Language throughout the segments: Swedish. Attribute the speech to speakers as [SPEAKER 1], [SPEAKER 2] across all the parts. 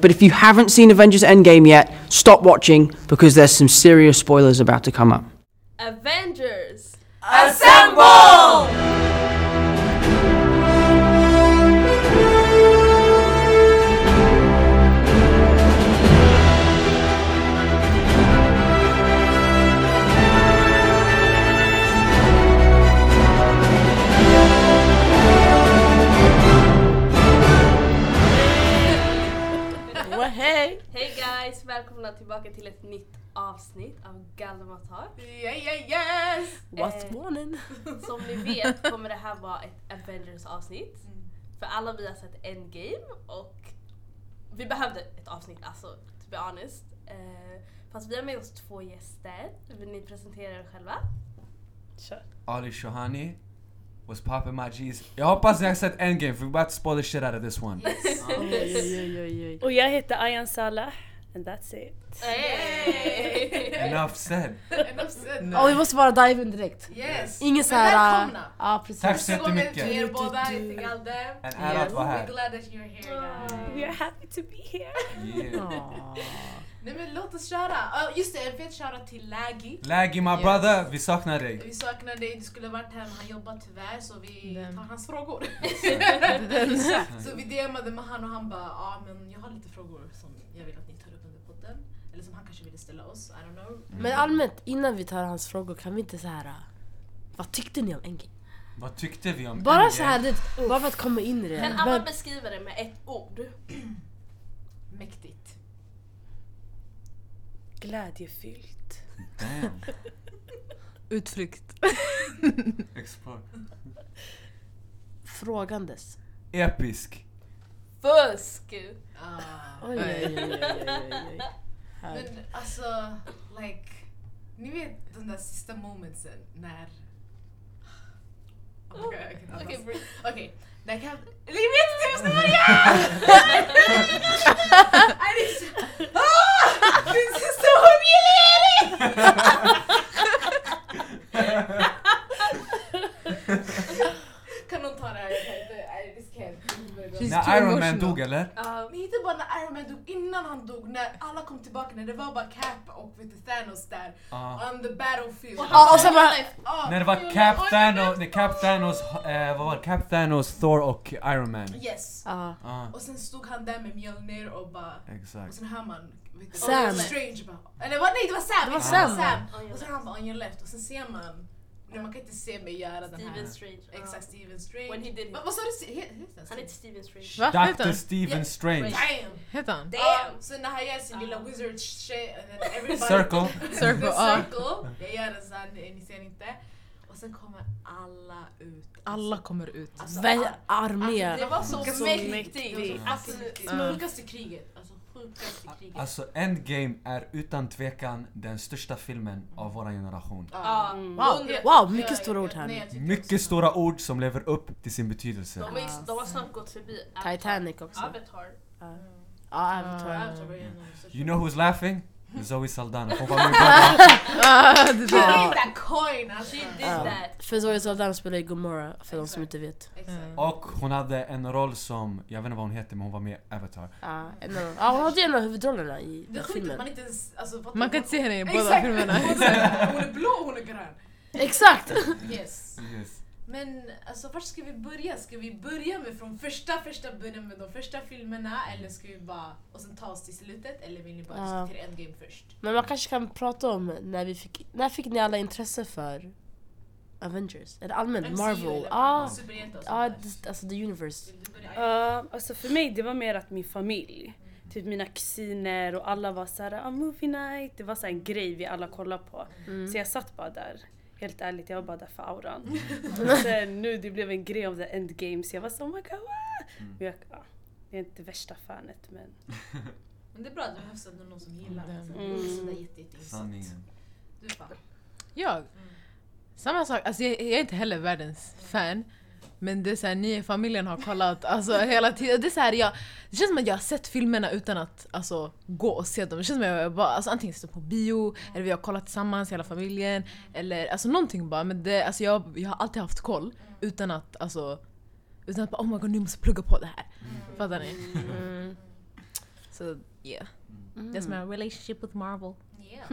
[SPEAKER 1] but if you haven't seen Avengers Endgame yet, stop watching because there's some serious spoilers about to come up.
[SPEAKER 2] Avengers!
[SPEAKER 3] Hej!
[SPEAKER 2] Hej guys! Välkomna tillbaka till ett nytt avsnitt av Galmatak.
[SPEAKER 4] Yeah, yeah, yes!
[SPEAKER 3] What's
[SPEAKER 2] Eh.
[SPEAKER 3] morning?
[SPEAKER 2] Som ni vet kommer det här vara ett Avengers avsnitt.
[SPEAKER 4] Mm.
[SPEAKER 2] För alla vi har sett Endgame och vi behövde ett avsnitt alltså, to be honest. Eh, fast vi har med oss två gäster. Vill ni presentera er själva?
[SPEAKER 5] Ali Shohani was popping my G's. Jag hoppas ni har sett Endgame för vi about to spoil the shit out of this one.
[SPEAKER 6] Och jag heter Ayan Salah. And that's it.
[SPEAKER 2] Hey!
[SPEAKER 5] Enough said.
[SPEAKER 4] Enough said.
[SPEAKER 3] Och vi måste bara dive in direkt.
[SPEAKER 4] Yes!
[SPEAKER 3] Ingen äh, så
[SPEAKER 4] Men
[SPEAKER 3] här...
[SPEAKER 4] välkomna!
[SPEAKER 3] Ja, precis.
[SPEAKER 5] Tack så
[SPEAKER 4] Första gången till
[SPEAKER 5] jättemycket.
[SPEAKER 4] er båda, jag till Galdem.
[SPEAKER 5] En ära att vara
[SPEAKER 4] We're
[SPEAKER 5] här.
[SPEAKER 4] glad that you're here guys.
[SPEAKER 6] We are happy to be here.
[SPEAKER 5] Yeah.
[SPEAKER 3] Ja.
[SPEAKER 4] Nej men låt oss köra! Ja, just det, en fet shoutout till Laggy.
[SPEAKER 5] Laggy my brother, vi saknar dig.
[SPEAKER 4] Vi saknar dig, du skulle varit här men han jobbar tyvärr så vi
[SPEAKER 3] Den.
[SPEAKER 4] tar hans frågor. så vi DMade med han och han bara ja men jag har lite frågor som jag vill att ni tar upp under podden. Eller som han kanske ville ställa oss, I don't know.
[SPEAKER 3] Men allmänt, innan vi tar hans frågor kan vi inte så här... Vad tyckte ni om Endgame?
[SPEAKER 5] Vad tyckte vi om
[SPEAKER 3] Bara
[SPEAKER 5] Endgame?
[SPEAKER 3] så här, det, bara för att komma in i det.
[SPEAKER 2] Kan alla
[SPEAKER 3] Men,
[SPEAKER 2] beskriva det med ett ord?
[SPEAKER 4] Mäktigt.
[SPEAKER 6] Glädjefyllt.
[SPEAKER 5] Damn.
[SPEAKER 3] utflykt.
[SPEAKER 5] Explore.
[SPEAKER 3] Frågandes.
[SPEAKER 5] Episk.
[SPEAKER 2] Fusk!
[SPEAKER 4] Ah.
[SPEAKER 3] Oj, oj, oj, oj, oj, oj, oj. Här.
[SPEAKER 4] Men alltså, like, ni vet den där sista momentsen när... Oh my God, jag kan inte
[SPEAKER 2] Okej,
[SPEAKER 4] andas.
[SPEAKER 2] Bri-
[SPEAKER 4] Okej, det kan... Eller jag vet inte, jag måste börja! Nej, det är så- Ah! Min sista humiliering! Kan någon ta det här? Jag kan inte, nej, det ska jag inte.
[SPEAKER 5] När Iron Man dog eller?
[SPEAKER 2] Ja,
[SPEAKER 4] Men inte bara när Iron Man dog, innan han dog, när alla kom tillbaka, när det var bara Cap och vet du, Thanos där
[SPEAKER 5] Ja.
[SPEAKER 4] on the battlefield.
[SPEAKER 3] Ja, och sen bara...
[SPEAKER 4] Ah,
[SPEAKER 5] När det var Cap Thanos, när Cap Thanos, eh, vad var det? Cap Thanos, Thor och Iron Man.
[SPEAKER 4] Yes.
[SPEAKER 3] Ja.
[SPEAKER 5] Ja,
[SPEAKER 4] Och sen stod han där med Mjölnir och bara... Och
[SPEAKER 5] exakt.
[SPEAKER 4] sen hör man... vet du,
[SPEAKER 3] Sam.
[SPEAKER 4] Doctor Strange bara... Eller vad? Nej, det var Sam! Det var
[SPEAKER 3] Sam.
[SPEAKER 2] On your
[SPEAKER 4] Och sen han bara on your left och sen ser man... Nej, man kan inte se mig göra den här...
[SPEAKER 2] Steven Strange. Ja.
[SPEAKER 4] Exakt, Steven Strange.
[SPEAKER 2] When he did it.
[SPEAKER 4] Vad vad sa du? He- Heter han
[SPEAKER 2] Han heter
[SPEAKER 4] Strange?
[SPEAKER 2] Steven Strange.
[SPEAKER 7] Va? Heter
[SPEAKER 5] Dr.
[SPEAKER 7] han?
[SPEAKER 5] Steven Strange.
[SPEAKER 4] Damn!
[SPEAKER 7] Heter han?
[SPEAKER 4] Damn! så när han gör sin lilla
[SPEAKER 2] Ah.
[SPEAKER 4] wizard shit and then everybody...
[SPEAKER 5] Circle.
[SPEAKER 7] Circle,
[SPEAKER 4] The
[SPEAKER 7] ah.
[SPEAKER 4] circle. Jag gör den såhär, ni ni ser inte. Och sen kommer alla ut.
[SPEAKER 7] Alla kommer ut.
[SPEAKER 4] Alltså,
[SPEAKER 3] Väl
[SPEAKER 4] all-
[SPEAKER 3] armé.
[SPEAKER 4] Det var så,
[SPEAKER 3] Så
[SPEAKER 4] mäktigt.
[SPEAKER 3] mäktigt.
[SPEAKER 4] Det var så
[SPEAKER 2] Alltså,
[SPEAKER 4] mäktigt.
[SPEAKER 7] Mm.
[SPEAKER 4] Sjukaste kriget. Alltså sjukaste kriget.
[SPEAKER 5] Alltså Endgame är utan tvekan den största filmen av vår generation.
[SPEAKER 2] Ja.
[SPEAKER 4] Ja.
[SPEAKER 3] Wow,
[SPEAKER 4] Hundra-
[SPEAKER 3] wow mycket
[SPEAKER 4] Ja,
[SPEAKER 3] stora
[SPEAKER 4] jag-
[SPEAKER 3] ord här
[SPEAKER 4] nej,
[SPEAKER 3] nu.
[SPEAKER 4] jag tycker
[SPEAKER 5] Mycket
[SPEAKER 4] också-
[SPEAKER 5] stora ord som lever upp till sin betydelse.
[SPEAKER 2] De, är, de har snart gått förbi Avatar.
[SPEAKER 3] Titanic också.
[SPEAKER 2] Avatar.
[SPEAKER 3] Ja, Ah, Avatar. Ah.
[SPEAKER 4] Ja, jag var igenom så-
[SPEAKER 5] You know who's laughing? Zoe Saldana. Hon var min bror.
[SPEAKER 4] She did that coin alltså.
[SPEAKER 2] She did
[SPEAKER 3] Ja.
[SPEAKER 2] that.
[SPEAKER 3] För Zoe Saldana spelar ju Gomorra, för de som
[SPEAKER 4] Exakt.
[SPEAKER 3] inte vet.
[SPEAKER 4] Exakt.
[SPEAKER 5] Och hon hade en roll som, jag vet inte vad hon heter men hon var med i Avatar.
[SPEAKER 3] Ja, Ah, en av- ja, hon hade ju en av huvudrollerna i
[SPEAKER 4] Det är
[SPEAKER 3] den
[SPEAKER 4] sjukt att man
[SPEAKER 3] filmen.
[SPEAKER 4] inte ens... Alltså, fattar
[SPEAKER 7] Man kan
[SPEAKER 4] vad-
[SPEAKER 7] inte se henne i båda
[SPEAKER 4] Exakt!
[SPEAKER 7] filmerna.
[SPEAKER 4] Båda- Hon är blå och hon är grön.
[SPEAKER 3] Exakt!
[SPEAKER 4] Yes. Men alltså vart ska vi börja? Ska vi börja med från första första början med de första filmerna eller ska vi bara och sen ta oss till slutet eller vill ni bara
[SPEAKER 3] Ja.
[SPEAKER 4] diskutera Endgame först?
[SPEAKER 3] Men man kanske kan prata om när vi fick, när fick ni alla intresse för Avengers? Eller allmänt
[SPEAKER 4] MCU
[SPEAKER 3] Marvel?
[SPEAKER 4] eller
[SPEAKER 3] Ja,
[SPEAKER 4] superhjältar och
[SPEAKER 3] ja,
[SPEAKER 4] sånt där.
[SPEAKER 3] det- alltså the universe.
[SPEAKER 4] Vill du börja?
[SPEAKER 6] Uh, alltså för mig det var mer att min familj, typ mina kusiner och alla var såhär ah, movie night. Det var så här en grej vi alla kollade på.
[SPEAKER 3] Mm.
[SPEAKER 6] Så jag satt bara där. Helt ärligt, jag var bara där för auran.
[SPEAKER 2] Mm.
[SPEAKER 6] och sen nu det blev en grej av the endgame så jag var så oh my god. ah."
[SPEAKER 3] Mm.
[SPEAKER 6] Men jag, ja, jag är inte värsta fanet men
[SPEAKER 4] Men det är bra att det behövs ändå någon som gillar det.
[SPEAKER 7] Mm.
[SPEAKER 4] Alltså, det är inte sådär jätte, jätte
[SPEAKER 5] Sanningen.
[SPEAKER 4] Du fan.
[SPEAKER 7] Jag? Samma sak, alltså jag, jag är inte heller världens fan. Men det är såhär, ni i familjen har kollat alltså, hela tiden. Det, är så här, jag, det känns som att jag har sett filmerna utan att alltså, gå och se dem. Det känns som att jag bara, alltså, antingen står på bio, eller vi har kollat tillsammans hela familjen. Eller alltså, någonting bara. Men det, alltså, jag, jag har alltid haft koll utan att alltså, utan att bara oh my god nu måste jag plugga på det här. Fattar ni?
[SPEAKER 3] Mm.
[SPEAKER 7] Så yeah. That's my relationship with Marvel.
[SPEAKER 4] Yeah.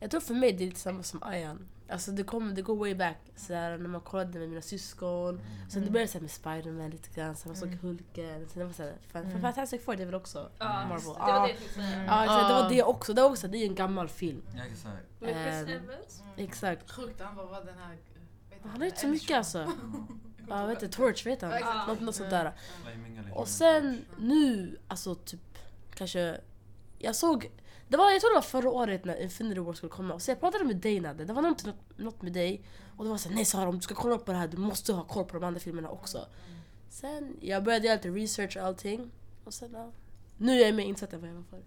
[SPEAKER 3] Jag tror för mig det är lite samma som Ayan. Alltså det, kom, det går way back. Sådär, när man kollade med mina syskon. Sen det började såhär med Spiderman lite grann, samma sak med Hulken. Sen det var såhär, fan, mm. Fantastic Four det är väl också
[SPEAKER 2] Ja,
[SPEAKER 3] Marvel?
[SPEAKER 2] just det. Det
[SPEAKER 3] Ja.
[SPEAKER 2] var det jag tänkte säga.
[SPEAKER 3] Ja, exakt, det
[SPEAKER 7] Ah.
[SPEAKER 3] var det också. Det, var också, det är ju en gammal film.
[SPEAKER 5] Ja, exakt.
[SPEAKER 2] Med Chris
[SPEAKER 3] Ehm.
[SPEAKER 2] Evans.
[SPEAKER 3] Exakt.
[SPEAKER 4] Sjukt, han bara var den här... vet
[SPEAKER 3] Han
[SPEAKER 4] inte,
[SPEAKER 3] har gjort så mycket alltså. Ja, vet du, Torch vet
[SPEAKER 4] Ja,
[SPEAKER 3] han.
[SPEAKER 4] exakt.
[SPEAKER 3] Något, något sånt där.
[SPEAKER 5] Flaming eller human
[SPEAKER 3] Och sen
[SPEAKER 5] torch.
[SPEAKER 3] nu, alltså typ kanske... Jag såg... Det var, jag tror det var förra året när Infinity War skulle komma. Så jag pratade med dig Nadde, det var något, något med dig. Och det var såhär, nej Sara om du ska kolla på det här du måste ha koll på de andra filmerna också. Sen, jag började göra lite research och allting. Och sen, ja. Nu är jag mer insatt än vad jag var förr.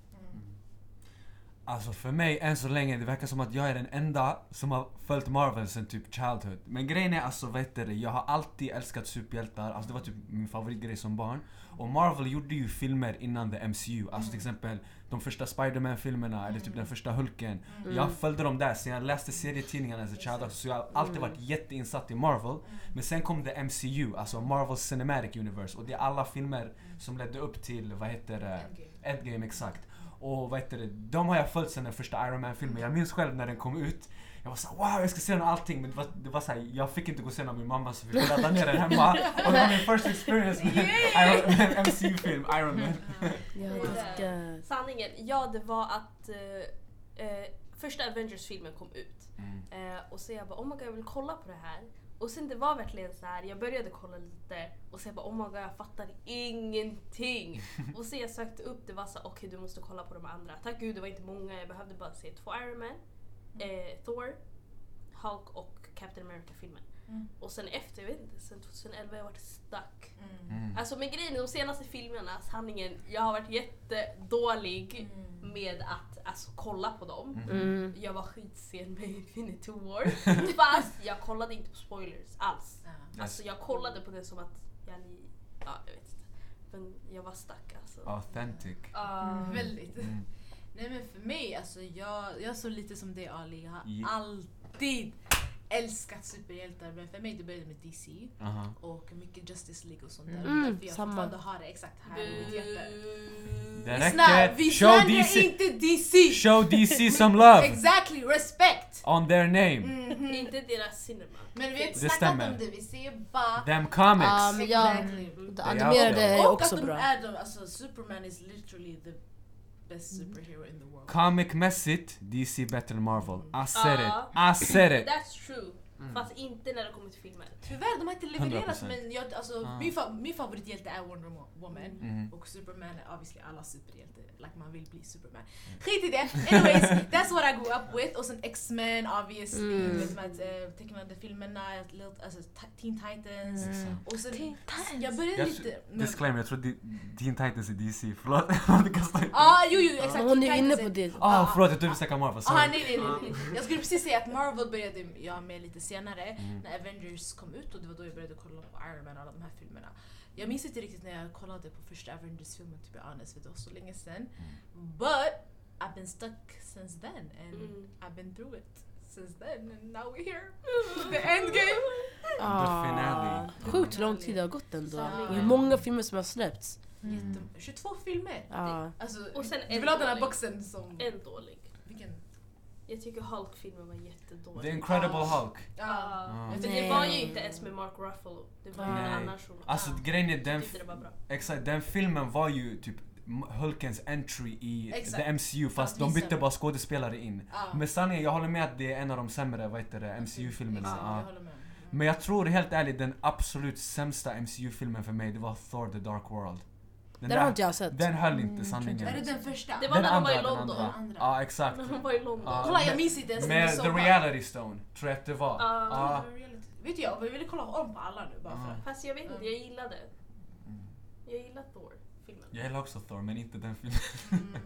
[SPEAKER 5] Alltså för mig än så länge, det verkar som att jag är den enda som har följt Marvel sen typ Childhood. Men grejen är alltså, vet du, det, jag har alltid älskat superhjältar, alltså det var typ min favoritgrej som barn. Och Marvel gjorde ju filmer innan the MCU, alltså till exempel de första Spider-Man filmerna eller typ den första Hulken. Jag följde dem där, sen jag läste serietidningarna as a child, alltså, så jag har alltid varit jätteinsatt i Marvel. Men sen kom the MCU, alltså Marvel Cinematic Universe och det är alla filmer som ledde upp till, vad heter det?
[SPEAKER 4] Endgame.
[SPEAKER 5] Endgame exakt. Och vad heter det, de har jag följt sedan den första Iron Man-filmen. Jag minns själv när den kom ut. Jag var såhär wow jag ska se den och allting men det var, det var såhär, jag fick inte gå och se den av min mamma så vi fick ladda ner den hemma. Och det var min första experience med Iron- med en MCU-film, Iron Man.
[SPEAKER 3] Jag
[SPEAKER 2] Och det-
[SPEAKER 3] älskar...
[SPEAKER 2] Sanningen, ja det var att eh, eh, första Avengers-filmen kom ut. Eh, och så jag bara oh my god jag vill kolla på det här. Och sen det var verkligen så här, jag började kolla lite och sen bara oh my god jag fattar ingenting. och sen jag sökte upp det var så här, okej du måste kolla på de andra. Tack gud det var inte många, jag behövde bara se två Iron Man, eh, Thor, Hulk och Captain America-filmen.
[SPEAKER 4] Mm.
[SPEAKER 2] Och sen efter, jag vet inte, sen 2011 har jag varit stuck.
[SPEAKER 4] Mm.
[SPEAKER 5] Mm.
[SPEAKER 2] Alltså men grejen är de senaste filmerna, sanningen, jag har varit jättedålig
[SPEAKER 5] Mm.
[SPEAKER 4] Mm.
[SPEAKER 2] med att alltså, kolla på dem.
[SPEAKER 3] Mm.
[SPEAKER 2] Jag var skitsen med Infinity War. Fast jag kollade inte på spoilers alls.
[SPEAKER 4] Ja.
[SPEAKER 2] Alltså jag kollade på det som att jag, ja jag vet inte. Men jag var stuck alltså.
[SPEAKER 5] Authentic.
[SPEAKER 2] Ah,
[SPEAKER 4] Väldigt.
[SPEAKER 5] Mm.
[SPEAKER 4] Nej men för mig, alltså jag, jag är så lite som dig Ali. Jag har
[SPEAKER 5] Ja.
[SPEAKER 4] alltid älskat superhjältar men för mig det började med DC
[SPEAKER 5] Aha.
[SPEAKER 4] och mycket Justice League och sånt där.
[SPEAKER 3] Mm,
[SPEAKER 4] därför jag
[SPEAKER 3] samma.
[SPEAKER 4] fortfarande har det exakt här i mitt hjärta.
[SPEAKER 5] Det
[SPEAKER 4] Lyssna,
[SPEAKER 5] räcker!
[SPEAKER 4] vi
[SPEAKER 5] Show
[SPEAKER 4] klandrar
[SPEAKER 5] DC,
[SPEAKER 4] inte DC!
[SPEAKER 5] show DC some love!
[SPEAKER 4] Exactly, respect!
[SPEAKER 5] On their
[SPEAKER 4] Mm.
[SPEAKER 5] name!
[SPEAKER 2] Mm. Inte deras cinema.
[SPEAKER 4] Men vi har inte
[SPEAKER 5] Det
[SPEAKER 4] snackat
[SPEAKER 5] stämmer.
[SPEAKER 4] om det, vi ser bara...
[SPEAKER 5] Them comics!
[SPEAKER 3] Um, ja,
[SPEAKER 4] Exactly.
[SPEAKER 3] det
[SPEAKER 5] är
[SPEAKER 3] animerade
[SPEAKER 5] bra.
[SPEAKER 3] är
[SPEAKER 4] Och
[SPEAKER 3] också
[SPEAKER 4] att de
[SPEAKER 3] bra.
[SPEAKER 4] är de, alltså Superman is literally the best
[SPEAKER 3] Mm.
[SPEAKER 4] superhero in the world.
[SPEAKER 5] Comic-mässigt, DC bättre än Marvel. I said it!
[SPEAKER 2] Ja.
[SPEAKER 5] I said it!
[SPEAKER 2] That's true. Fast inte när det kommer till filmer.
[SPEAKER 4] Tyvärr, de har inte levererat
[SPEAKER 5] 100%.
[SPEAKER 4] men jag, alltså,
[SPEAKER 5] Ah.
[SPEAKER 4] min, fa- min favorithjälte är Wonder Wo- Woman
[SPEAKER 5] Mm.
[SPEAKER 4] och Superman är obviously alla superhjältar, like man vill bli Superman.
[SPEAKER 5] Mm.
[SPEAKER 4] Skit i det! Anyways, that's what I grew up with och sen X-Men obviously,
[SPEAKER 3] Mm.
[SPEAKER 4] vet man, eh, tecknade filmerna, Lil- alltså, Ti- Teen Titans
[SPEAKER 5] Mm.
[SPEAKER 4] och sen jag började
[SPEAKER 5] Jag-
[SPEAKER 4] lite... med-
[SPEAKER 5] Disclaimer, jag tror Di- Teen Titans är DC, förlåt. Jag kastar-
[SPEAKER 4] Ah, Ja, jo jo exakt!
[SPEAKER 3] Hon är ju
[SPEAKER 4] Teen
[SPEAKER 3] inne
[SPEAKER 4] Titans
[SPEAKER 3] på
[SPEAKER 4] är-
[SPEAKER 3] det.
[SPEAKER 5] Ah, förlåt jag trodde vi snackade Marvel,
[SPEAKER 4] Ah,
[SPEAKER 5] sorry.
[SPEAKER 4] nej, nej, nej, nej. Jag skulle precis säga att Marvel började jag med lite senare när Avengers kom ut och det var då jag började kolla på Iron Man och alla de här filmerna. Jag minns inte riktigt när jag kollade på första Avengers-filmen to be honest för det var så länge sedan. But I've been stuck since then and
[SPEAKER 2] Mm.
[SPEAKER 4] I've been through it since then and now we're here. The endgame!
[SPEAKER 3] Ah,
[SPEAKER 5] finale.
[SPEAKER 3] Sjukt lång tid det har gått ändå.
[SPEAKER 4] Sanningen.
[SPEAKER 3] Och hur många filmer som har släppts.
[SPEAKER 4] Jätte- 22 filmer!
[SPEAKER 3] Ja.
[SPEAKER 4] Alltså,
[SPEAKER 2] Och sen
[SPEAKER 4] du
[SPEAKER 2] en
[SPEAKER 4] vill ha den här
[SPEAKER 2] dålig.
[SPEAKER 4] boxen som...
[SPEAKER 2] En dålig.
[SPEAKER 4] Vilken?
[SPEAKER 2] Jag tycker Hulk-filmen var jättedålig.
[SPEAKER 5] The Incredible Hulk.
[SPEAKER 4] Ja.
[SPEAKER 5] Ah.
[SPEAKER 2] Men det
[SPEAKER 3] Nej.
[SPEAKER 2] var ju inte ens med Mark Ruffalo. Det var ju en
[SPEAKER 5] Nej.
[SPEAKER 2] annan shuno.
[SPEAKER 5] Alltså grejen är den,
[SPEAKER 2] Jag tyckte det var bra.
[SPEAKER 5] exakt, den filmen var ju typ M- Hulkens entry i
[SPEAKER 4] Exakt.
[SPEAKER 5] the MCU fast
[SPEAKER 4] Att
[SPEAKER 5] de
[SPEAKER 4] visa
[SPEAKER 5] bytte
[SPEAKER 4] det.
[SPEAKER 5] bara skådespelare in.
[SPEAKER 4] Ja.
[SPEAKER 5] Men sanningen, jag håller med att det är en av de sämre, vad heter det,
[SPEAKER 4] Exakt,
[SPEAKER 5] MCU-filmerna.
[SPEAKER 4] Jag
[SPEAKER 5] Ja.
[SPEAKER 4] håller med.
[SPEAKER 5] Men jag tror helt ärligt den absolut sämsta MCU-filmen för mig det var Thor the Dark World. Den,
[SPEAKER 3] Den har inte jag sett.
[SPEAKER 5] den höll inte
[SPEAKER 4] Mm,
[SPEAKER 5] sanningen.
[SPEAKER 4] Är det den första?
[SPEAKER 2] Det var när de var i
[SPEAKER 5] den
[SPEAKER 2] London.
[SPEAKER 5] andra.
[SPEAKER 4] Andra.
[SPEAKER 5] Ja exakt.
[SPEAKER 2] När de var i London.
[SPEAKER 5] Ja.
[SPEAKER 4] Kolla jag minns inte ens när
[SPEAKER 5] Med
[SPEAKER 4] det
[SPEAKER 5] The
[SPEAKER 4] var.
[SPEAKER 5] Reality Stone, tror jag att det var.
[SPEAKER 2] Ja.
[SPEAKER 5] Ja.
[SPEAKER 4] Vet du jag, vi ville kolla om på alla nu bara för att.
[SPEAKER 2] Fast jag vet inte, jag gillade. Jag gillar Thor-filmen.
[SPEAKER 5] Jag gillar också Thor men inte den filmen.
[SPEAKER 4] Mm.
[SPEAKER 5] Mm.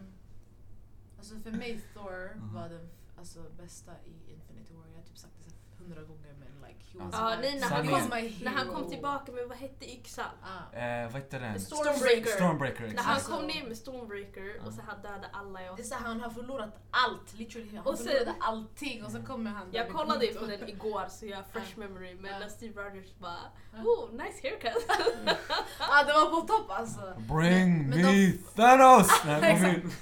[SPEAKER 4] Alltså för mig Thor var den alltså, bästa i Infinity War. Jag har typ sagt det så hundra gånger men like he
[SPEAKER 5] Ja.
[SPEAKER 4] was
[SPEAKER 2] Ja,
[SPEAKER 4] my-
[SPEAKER 2] nej, när
[SPEAKER 4] he
[SPEAKER 2] han,
[SPEAKER 5] Sanningen.
[SPEAKER 4] was
[SPEAKER 2] kom,
[SPEAKER 4] my hero.
[SPEAKER 2] när han kom tillbaka med vad hette yxan?
[SPEAKER 4] Ah.
[SPEAKER 5] Eh, vad heter den?
[SPEAKER 4] Stormbreaker.
[SPEAKER 5] Stormbreaker,
[SPEAKER 2] När han
[SPEAKER 5] exakt.
[SPEAKER 2] kom ner med Stormbreaker och så han dödade alla jag
[SPEAKER 4] Det är så här, han har förlorat allt, literally. Han
[SPEAKER 2] Och sen-
[SPEAKER 4] förlorade allting och sen kommer han där
[SPEAKER 2] Jag
[SPEAKER 4] med
[SPEAKER 2] kollade ju
[SPEAKER 4] skit
[SPEAKER 2] på
[SPEAKER 4] och-
[SPEAKER 2] den igår så jag har fresh memory men
[SPEAKER 4] Ja.
[SPEAKER 2] när Steve Rogers bara
[SPEAKER 4] Ja.
[SPEAKER 2] oh nice haircut.
[SPEAKER 4] Ah, det var på topp alltså!
[SPEAKER 5] Bring
[SPEAKER 4] Men- men
[SPEAKER 5] me Thanos! Nej,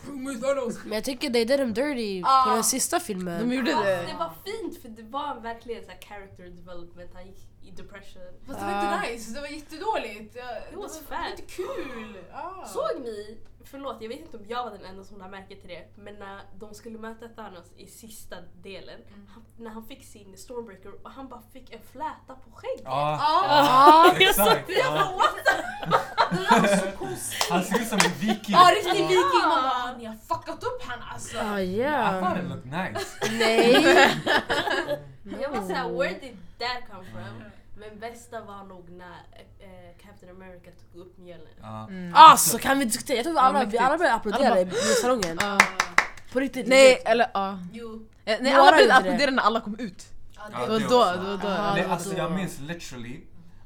[SPEAKER 5] kom in.
[SPEAKER 3] Men jag tycker they did him dirty på
[SPEAKER 4] Ah.
[SPEAKER 3] den sista filmen.
[SPEAKER 7] De gjorde
[SPEAKER 2] Fast
[SPEAKER 7] det.
[SPEAKER 2] det var fint för det var verkligen så här character development, han gick i depression.
[SPEAKER 4] Fast det var
[SPEAKER 3] Ah.
[SPEAKER 4] inte nice, det var jättedåligt. Jag, det
[SPEAKER 2] was
[SPEAKER 4] var- det var
[SPEAKER 2] fat.
[SPEAKER 4] inte kul! Ah.
[SPEAKER 2] Såg ni, förlåt jag vet inte om jag var den enda som lade märke till det, men när de skulle möta Thanos i sista delen, han, när han fick sin Stormbreaker och han bara fick en fläta på skägget.
[SPEAKER 5] Ja,
[SPEAKER 4] Ah.
[SPEAKER 5] exakt! Ja. Han ser ut som en viking.
[SPEAKER 4] Ah, riktig viking! Man
[SPEAKER 2] Ja.
[SPEAKER 4] bara, ah, ni har fuckat upp han alltså!
[SPEAKER 3] Ah,
[SPEAKER 5] I
[SPEAKER 3] yeah.
[SPEAKER 5] thought it looked nice.
[SPEAKER 3] Nej.
[SPEAKER 2] Jag var såhär, where did that come from? Men bästa var nog när eh, Captain America tog upp mjölnen.
[SPEAKER 5] Ja.
[SPEAKER 3] Alltså kan vi diskutera? Jag tror vi alla, vi
[SPEAKER 7] mäktigt.
[SPEAKER 3] alla började applådera
[SPEAKER 7] Alla
[SPEAKER 3] i salongen.
[SPEAKER 7] Ah.
[SPEAKER 3] På riktigt.
[SPEAKER 7] Nej,
[SPEAKER 3] legit.
[SPEAKER 4] eh,
[SPEAKER 7] eller
[SPEAKER 6] ah.
[SPEAKER 7] ja.
[SPEAKER 4] Jo.
[SPEAKER 7] Eh, Nej,
[SPEAKER 3] Några gjorde
[SPEAKER 7] alla började
[SPEAKER 3] det.
[SPEAKER 7] applådera när alla kom ut.
[SPEAKER 4] Ah,
[SPEAKER 5] Ja,
[SPEAKER 7] Det
[SPEAKER 4] det,
[SPEAKER 7] var
[SPEAKER 5] det
[SPEAKER 7] då,
[SPEAKER 5] också.
[SPEAKER 7] det var
[SPEAKER 3] Ah.
[SPEAKER 7] då.
[SPEAKER 5] Nej,
[SPEAKER 3] vadå?
[SPEAKER 5] alltså jag minns literally,